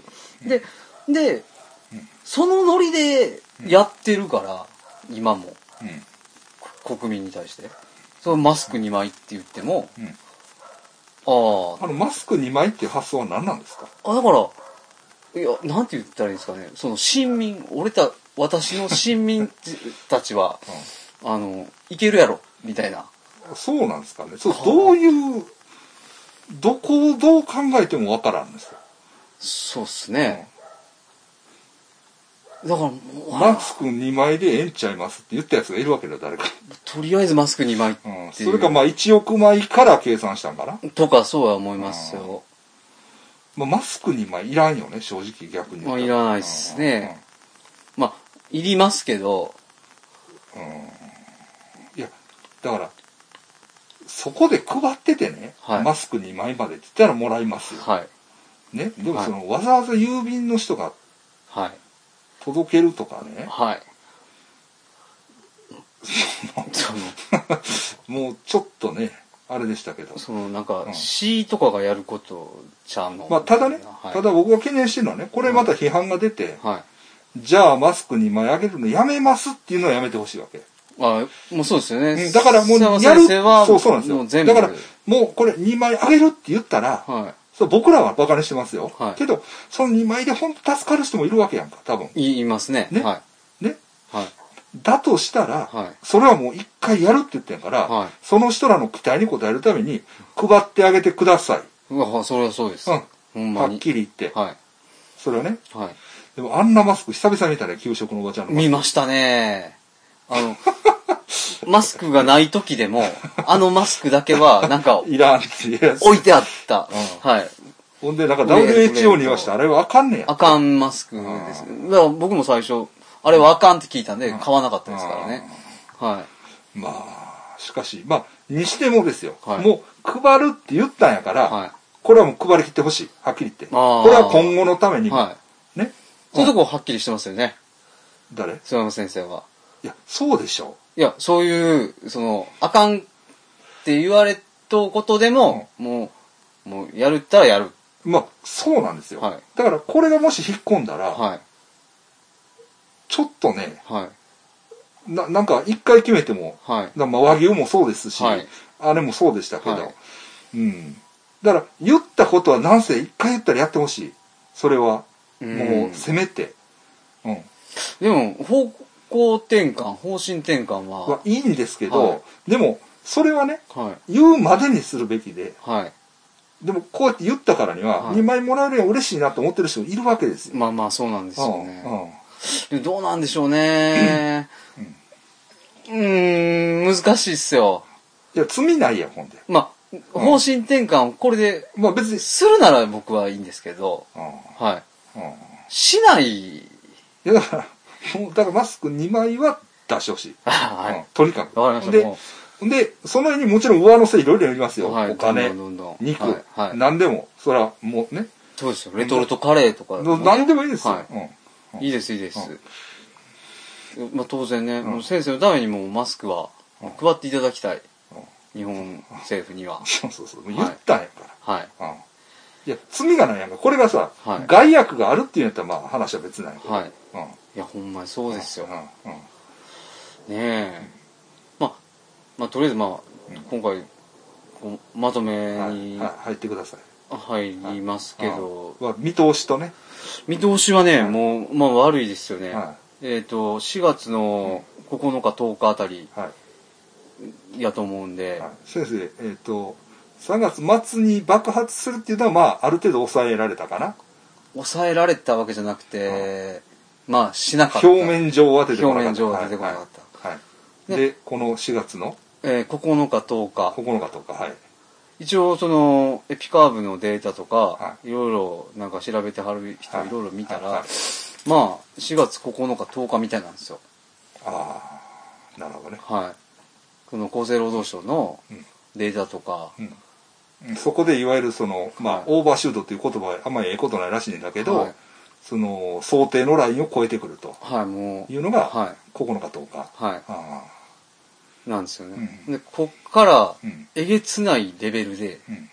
B: でで、そのノリでやってるから、今もこ国民に対してそのマスク2枚って言っても、
A: うん
B: あ
A: うんあの、マスク2枚っていう発想は何なんですか
B: ああだからいやなんて言ったらいいんですかねその親民俺た私の親民たちはあのいけるやろみたいな。
A: そうなんですかね。そう、どういう、どこをどう考えてもわからんですよ。
B: そうっすね。だからもう、あ
A: マスク2枚でええんちゃいますって言ったやつがいるわけだよ、誰か。
B: とりあえずマスク2枚って
A: うん。
B: いう。
A: それか、まあ、1億枚から計算したんかな。
B: とかそうは思いますよ。
A: まあ、マスク2枚いらんよね、正直逆に言った。
B: まあいらないっすねまあ、いりますけど、
A: うん。うんだから、そこで配っててね、
B: はい
A: マスク2枚までって言ったらもらいますよ。
B: はい。
A: ね。でもその、わざわざ郵便の人が
B: はい。
A: 届けるとかね、 <laughs>
B: はい。その、
A: もうちょっとね、あれでしたけど。
B: そのなんか
A: う、ん
B: 詩とかがやることちゃうの
A: まあ、ただね、
B: はい、
A: ただ僕が懸念してるのはね、これまた批判が出て、
B: はい。
A: じゃあマスク2枚あげるのやめますっていうのはやめてほしいわけ。
B: あもうそうですよ
A: う
B: ね。
A: んだからもう
B: 佐山
A: やる
B: 先生は、
A: そうそうなん
B: もう
A: ですよ
B: 全
A: だ
B: 部。
A: からもうこれ2枚あげるって言ったら、
B: は
A: そう僕らはバカにしてますよ、
B: はい
A: けどその2枚で本当助かる人もいるわけやんか多分
B: い。言いますね。
A: ね
B: はい。
A: ね
B: はい。
A: だとしたら、
B: はい
A: それはもう1回やるって言ってんから、
B: はい
A: その人らの期待に応えるために配ってあげてください、
B: うわ、それはそうです。
A: うん
B: ほんま
A: はっ
B: に。
A: きり言って、
B: は
A: それはね
B: い。はい。
A: でもあんなマスク久々見たね給食のおばちゃんのマス
B: 見ましたね。あの、 <laughs> マスクがない時でも、あのマスクだけは、なんか
A: ク、いらんって言う
B: 置いてあった。
A: う
B: はい。
A: ほんでなんか
B: 上へ
A: WHO に言わしてあれはあかんねや
B: あかんマスクです。だから僕も最初、あれはあかんって聞いたんで、買わなかったですからね。は
A: まあしかしまあにしてもですよ、
B: はい
A: もう配るって言ったんやから、
B: い。はい。
A: これはもう配り切ってほしいはっきり言ってこ
B: あー
A: れは今後のために、
B: はい。
A: ね
B: そういうとこはっきりしてますよね。
A: 誰
B: 菅山先生は。
A: いや、そうでしょ
B: いや、そういう、その、あかんって言われたことでも、もう、もう、やるったらやる。
A: う。まあ、そうなんですよ。
B: はい
A: だから、これがもし引っ込んだら、
B: はい。
A: ちょっとね、
B: はい。
A: ななんか、一回決めても、
B: はい。
A: なまあ、和牛もそうですし、
B: はい
A: あれもそうでしたけど、
B: はい
A: うん。だから、言ったことはなんせ一回言ったらやってほしい。それは、
B: うん
A: もう、せめて。うん。
B: でも、方向転換、方針転換
A: は
B: は、
A: いいんですけど、
B: はい
A: でも、それはね、
B: はい。
A: 言うまでにするべきで、
B: はい。
A: でも、こうやって言ったからには、
B: はい
A: 2枚もらえるより嬉しいなと思ってる人もいるわけですよ。
B: まあまあ、そうなんですよね。
A: うんうん
B: でもどうなんでしょうね。うーん、難しいっすよ。
A: いや、罪ないやん、ほんで。
B: まあ、方針転換をこれで
A: まあ別に、
B: するなら僕はいいんですけど、
A: うん。うん。
B: はい。しない、 <laughs>
A: いや、だから、もう、だからマスク2枚は出してほしい。
B: は
A: うんとにかく。
B: い。わかりました。
A: で
B: も、
A: で、その辺にもちろん上乗せいろいろやります
B: う
A: よ。
B: はい
A: お金
B: ど、んどんどんどん
A: 肉、
B: はい。はい
A: 何でも。そら、もうね、
B: そうですよ。レトルトカレーとか、
A: ど何でもいいですよ。
B: は
A: うん。
B: いいです、いいです。まあ当然ね、
A: ん
B: もう先生のためにもうマスクは
A: うん
B: 配っていただきたい。
A: う
B: 日本政府には。
A: そうそうそう。もう言ったんやか
B: はい。
A: ら。うん。いや、罪がないやんか。これがさ、
B: はい
A: 害悪があるっていうんやったら、まあ話は別なんやけど。
B: はい。
A: うん。
B: いや、ほんまにそうですよ。
A: うん。うん
B: ねえ、まあ、まあ、とりあえず、まあ、今回こうまとめ
A: はい。
B: に
A: はい入ってください。
B: 入りますけど、
A: うんは見通しとね。
B: 見通しはね、もう、まあ、悪いですよね、
A: は
B: えっ、と4月の9日10日あたり
A: い。はい。
B: やと思うんで、
A: はい先生、えっ、と、3月末に爆発するっていうのは、まあ、ある程度抑えられたかな。
B: 抑えられたわけじゃなくて、まあしなかった
A: 表面上は出てこなかった。。
B: 表面上は出てこなかった
A: はい。はいで、この4月の
B: えー9日10日
A: 9日とか、はい。
B: 一応そのエピカーブのデータとか、
A: はい
B: い、ろいろなんか調べてはる人
A: はい
B: いろいろ見たら、
A: はいはい
B: まあ4月9日10日みたいなんですよ
A: ああ、なるほどね。
B: はい、この厚生労働省の
A: うん
B: データとか、
A: うんそこでいわゆるその、まあ、
B: はい
A: オーバーシュートっていう言葉はあんまりええことないらしいんだけど、
B: はい
A: その、想定のラインを超えてくると
B: はい、も
A: いう
B: う、
A: のが、
B: は
A: 9日とか。
B: い、は
A: あ
B: い、なんですよね。
A: う
B: で、こっから
A: あ、うん、
B: えげつないレベルで、
A: うん、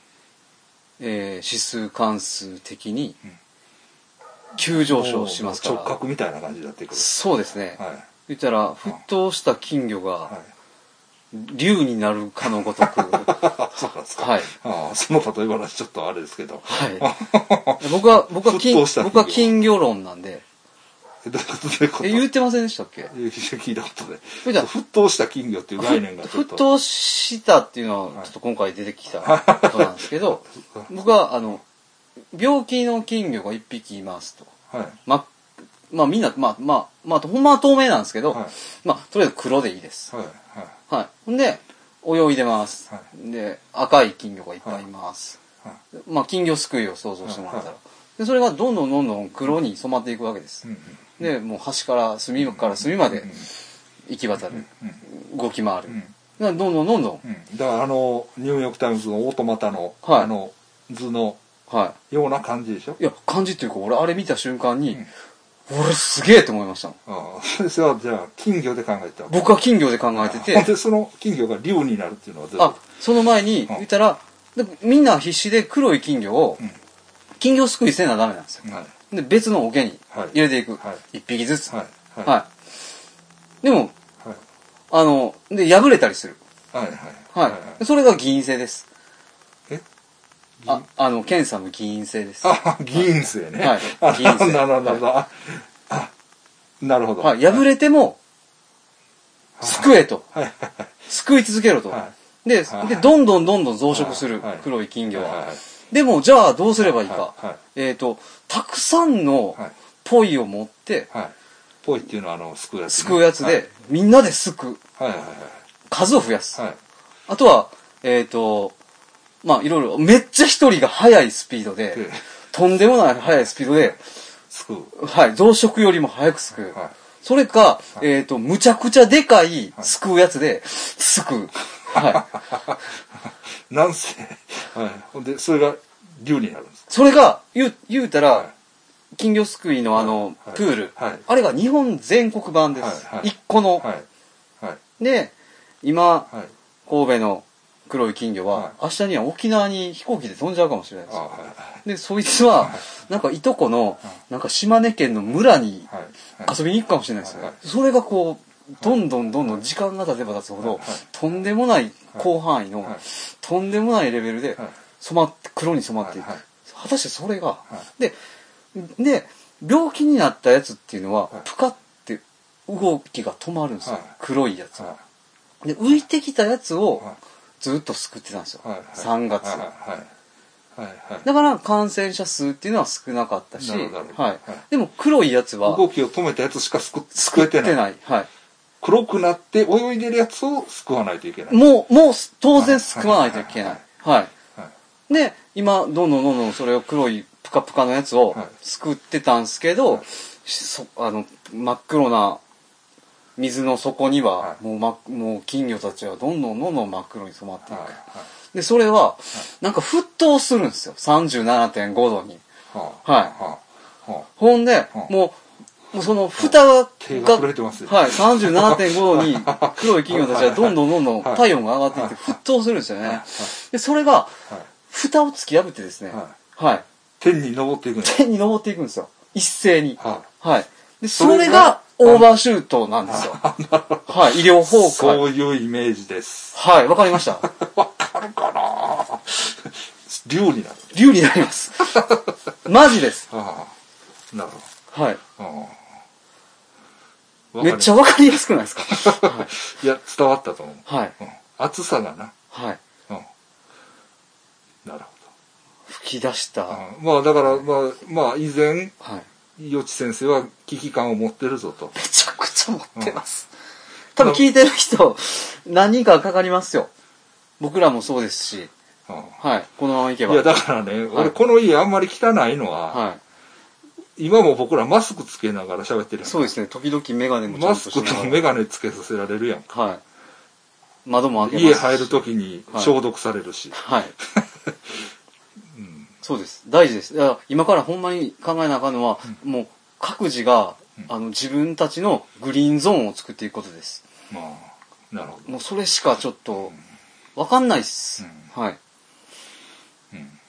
B: えー指数関数的に
A: うん
B: 急上昇しますから。
A: 直角みたいな感じになってくる。
B: そうですね。
A: はい。
B: 言ったら、沸騰した金魚
A: は
B: が
A: い。 <laughs>
B: 竜になるかのごとく、
A: あ
B: は
A: そうなんですか。
B: はい
A: ああその例え話ちょっとあれですけど。
B: い。僕は、僕は金、
A: 沸騰した金魚
B: 僕は金魚論なんで、
A: えどういうことどういうこと
B: え、言ってませんでしたっけ
A: え聞いたことで。
B: じゃあ
A: 沸騰した金魚っていう概念がちょっ
B: 沸
A: と。
B: 騰したっていうのはちょっと今回出てきたことなんですけど僕はあの病気の金魚が1匹いますと
A: はい。
B: ままあみんなまあまあまあほんまは透明なんですけど、
A: はい
B: まあとりあえず黒でいいです
A: はい。
B: はいほんで泳いでます、
A: は
B: で赤い金魚がいっぱいいます、
A: はい。
B: まあ金魚すくいを想像してもらった
A: は
B: ら、
A: い
B: でそれがどんどんどんどん黒に染まっていくわけです、
A: うん
B: でもう端から隅から隅まで
A: うん
B: 行き渡る、
A: うん
B: 動き回る、
A: うん
B: どんどんどんどん。
A: うん、だからあのニューヨーク・タイムズのオートマタの、
B: はい
A: あの図の
B: は
A: ような感じでしょ
B: い。いや、感じっていうか、俺あれ見た瞬間に、俺すげえと思いました。
A: ああそれはじゃあ金魚で考えてたわ
B: 僕は金魚で考えて
A: ほん
B: て、
A: でその金魚が竜になるっていうのはどういう
B: あ
A: こ、
B: その前に
A: ん
B: 言ったら、でみんな必死で黒い金魚を
A: うん、
B: 金魚すくいせなダメなんですよ。
A: とはい
B: で、別の桶に
A: はい
B: 入れていく
A: は。
B: 一匹ずつ。
A: はいはいは
B: はい。でも、
A: い
B: あの、で、破れたりする。
A: はいは
B: はいい。それが議員制です。
A: え
B: あ、あの、検査の議員制です。は
A: あ議員生ね
B: はい
A: あ
B: 議員生
A: なるほどなるほどああなるほど
B: い。破れても、救えと。
A: はいはいはい
B: 救い続けろと
A: は。
B: で
A: は、い
B: で、どんどんどんどん増殖する
A: はいはい。
B: 黒い金魚
A: はいはい
B: は
A: はい。
B: でも、じゃあどうすればいいか
A: はいはい。
B: えっと、たくさんの
A: はい
B: ポイを持って、
A: はいぽいっていうのはあの救うやつね
B: 救うやつで、みんなで救う。
A: はいはいはい
B: 数を増やす
A: は。いはい
B: あとは、えっと、まあ、いろいろ、めっちゃ一人が速いスピード
A: で
B: で、とんでもない速いスピードで、
A: 救う
B: はい、増殖よりも早く救う。
A: はい
B: それか、えっ、と、むちゃくちゃでかい、救うやつで、救う。はい。
A: なんせ、はい、ほんでそれが竜になるんです
B: それが、言う、言うたら、
A: はい
B: 金魚すくいのあの、
A: はい
B: プール、
A: はい
B: あれが日本全国版です。
A: はいはい
B: 一個の、
A: はいはい
B: で、今、
A: はい
B: 神戸の黒い金魚は、
A: はい
B: 明日には沖縄に飛行機で飛んじゃうかもしれないで
A: あ
B: す。
A: はい
B: で、そいつは、なんかいとこの、なんか島根県の村に
A: はいはい
B: 遊びに行くかもしれないですよね、
A: はい
B: それがこうどんどんどんどん時間が経てば経つほど、とんでもない広範囲の、
A: はい
B: とんでもないレベルで
A: はい
B: 染まって黒に染まっていく、
A: はいはい
B: 果たしてそれが、
A: は
B: でで病気になったやつっていうのは、
A: はい
B: プカって動きが止まるんですよ、
A: はい
B: 黒いやつ、
A: は
B: で浮いてきたやつを
A: はい
B: ずっと救ってたんですよ、
A: いはい
B: 3月、
A: はいはいはいはい
B: だから感染者数っていうのは少なかったし、
A: なるほどなるほど
B: はい
A: はい
B: でも黒いやつは
A: 動きを止めたやつしか救救えてない
B: い、はい、
A: 黒くなって泳いでるやつを救わないといけない、
B: もう、もうす当然すくわないといけない。は
A: はい
B: い。で、今、どんどんどんどんそれを黒いプカプカのやつを
A: はい
B: すくってたんですけど、
A: はい
B: そあの、真っ黒な水の底に
A: は
B: は、
A: い
B: もう、ま、もう金魚たちはどんどんどんどん真っ黒に染まってい
A: はいはい
B: く。で、それは、なんか沸騰するんですよ。37.5度に。
A: はあ
B: はい
A: はあは
B: ほんで、
A: うん
B: もう、もうその蓋が、
A: 手が震えてますよ
B: はい、37.5度に黒い企業たちはどんどんどんどん
A: はい
B: 体温が上がっていって沸騰するんですよね。で、それが、
A: あはい
B: 蓋を突き破ってですね、
A: は
B: はい、
A: 天に登っていくんです
B: 天に登っていくんですよ。一斉に。
A: は
B: はい。で、
A: そ
B: そ
A: れが
B: れがオーバーシュートなんですよ。はい、医療崩
A: いそ
B: 壊。
A: ういうイメージです
B: はい、わかりました。
A: わかるかな竜になる
B: 竜にな
A: <laughs>
B: ります。マジです。
A: ああなるほ
B: はい。
A: どああわかり
B: めっ
A: ます
B: ちゃわかりやすくないですかはい
A: や伝わったと思う、
B: い。はい。
A: うん、暑さがな、
B: はい。
A: うん、なるほ
B: 吹き出した。
A: ど
B: は
A: ああまあだからまあまあ以前
B: い。
A: 余地先生は危機感を持ってるぞと
B: めちゃくちゃ持ってます。多分聞いてる人、何人かかかりますよ。僕らもそうですし、
A: うん
B: はい。このままいけば。
A: いやだからね、
B: は
A: 俺
B: い
A: この家あんまり汚いのは、
B: は
A: 今も僕らマスクつけながら喋ってる
B: い。
A: やん
B: そうですね。時々メガネもちゃ
A: マ
B: ん
A: ス
B: と
A: ク
B: なが
A: と
B: ら
A: メガネつけさせられるやん
B: はい。窓も開けます
A: 家
B: し
A: 入る時に
B: はい
A: 消毒されるし、
B: はい。そうです。大事です。だから今からほんまに考えなあかんのは、もう各自が、あの、自分たちのグリーンゾーンを作っていくことです。
A: まあなるほど
B: もうそれしかちょっと、わかんないっす。はい。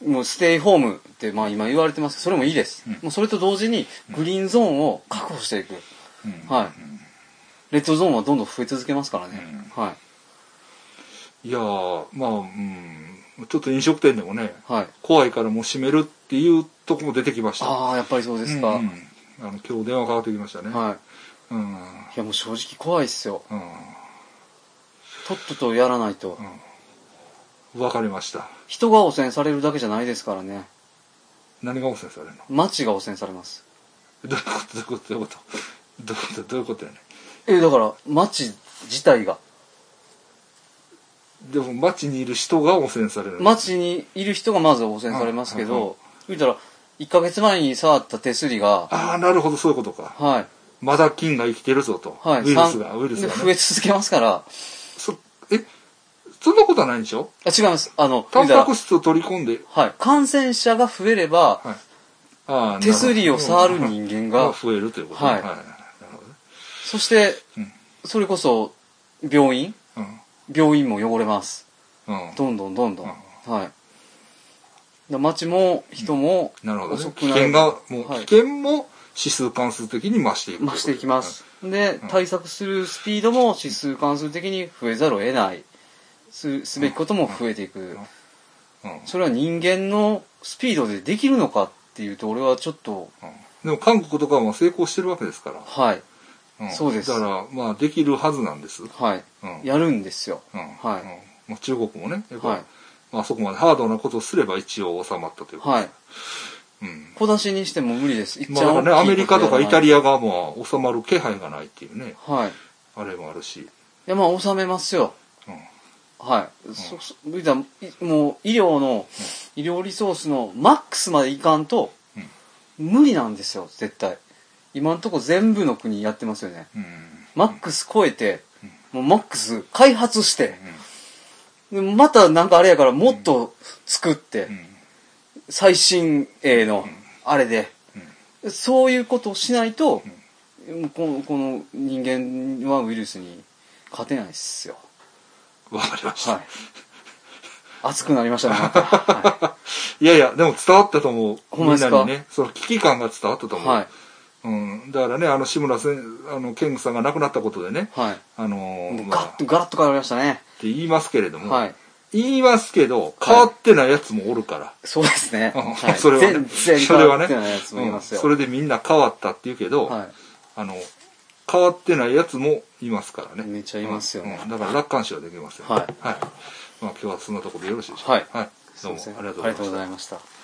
B: もうステイホームって、まあ今言われてますけど、それもいいです。
A: うん
B: もうそれと同時に、グリーンゾーンを確保していく。
A: うん
B: はい。レッドゾーンはどんどん増え続けますからね。はい。
A: いやーまあうんちょっと飲食店でもね
B: はい。
A: 怖いからもう閉めるっていうとこも出てきました
B: ああ、やっぱりそうですか。
A: うんうんあの今日電話かかってきましたね、
B: はい。
A: うん
B: いやもう正直怖いっすよ。
A: う
B: とっととやらないと。
A: んわかりました
B: 人が汚染されるだけじゃないですからね。
A: 何が汚染されるの
B: 街が汚染されます。
A: どういうことどういうことどういうことどういうことやね
B: え、だから街自体が。
A: でも街にいる人が汚染される
B: 街にいる人がまず汚染されますけ
A: はいはいは
B: ど、言うたら、1ヶ月前に触った手すりが、
A: ああなるほどそういうことか
B: はい。
A: まだ菌が生きてるぞと、
B: はい。
A: ウイルスが
B: さん
A: ウイルスが、
B: で増え
A: ね、
B: 続けますから、
A: そえそんなことはないんでしょ
B: あ違います。あの、
A: タンパク
B: 質。
A: 質を取り込んで、
B: はい。感染者が増えれば、
A: はいああ
B: 手すりを触る
A: 間
B: 人間が、
A: 増えるということね
B: はい
A: なるほどね
B: そして
A: うん、
B: それこそ、病院病院も汚れます。
A: うんうん
B: どんどんどんどん。
A: う
B: はい。だ街も人も
A: なるほどね
B: 遅く
A: 危
B: なる
A: 険がもう
B: はい
A: 危険も指数関数的に増していく
B: 増していきます。で
A: うん、
B: 対策するスピードも指数関数的に増えざるを得ない。す、すべきことも増えていく。
A: うんうん
B: それは人間のスピードでできるのかっていうと、俺はちょっと、
A: でも韓国とかはもう成功してるわけですから
B: はい、
A: うん
B: そうです
A: だからまあできるはずなんです
B: はい、
A: うん
B: やるんですよ。
A: うん
B: はい
A: うんまあ中国もねやっぱ
B: はい、
A: まあそこまでハードなことをすれば一応収まったというか
B: はい。
A: うん
B: 小出しにしても無理です。いっ
A: まあだからね、アメリカとかイタリアがもう収まる気配がないっていうね、
B: ア。はい。い
A: あれもあるし。
B: や、まあ、収めますよ。
A: うん。
B: はい。そ、そ、言うたらいもう、医療の、医療リソースのマックスまでいかんと、
A: うん
B: 無理なんですよ、絶対。今んとこ全部の国やってますよね。
A: うん。
B: マックス超えて、もうマックス開発して、でまたなんかあれやからもっと作って、
A: うん。
B: 最新鋭の、あれで、そういうことをしないと、もうこのこの人間はウイルスに勝てないっすよ。
A: うん。わかりました。
B: はい
A: い、。
B: 熱くなりましたね、
A: <laughs>
B: また。は
A: やいや、でも伝わったと思う。
B: ほんまですか
A: みんなにね、その危機感が伝わったと
B: い。
A: 思う。
B: はい。
A: うん。だからね、あの、志村せん、あの、健吾さんが亡くなったことでね、
B: はい
A: あのー
B: もう
A: ま
B: ガ
A: あ
B: ッと、ガラッと変わりましたね。
A: って言いますけれども、
B: はい。
A: 言いますけど、変わってないやつもおるから。
B: そうで
A: <laughs>
B: すね。
A: うん
B: はい、
A: それはね
B: 全然
A: それ
B: 変
A: は
B: わ
A: ね
B: ってないやつもいますよ。
A: うんそれでみんな変わったって言うけど、
B: は
A: あの、変わってないやつもいますからね。
B: めっちゃいますよね
A: うんだから楽観視はできますよ、
B: はい
A: まあ今日はそんなところでよろしいでしょうか。
B: はい
A: はい。
B: い。
A: どうも
B: すいません
A: ありがとうございました。
B: ました。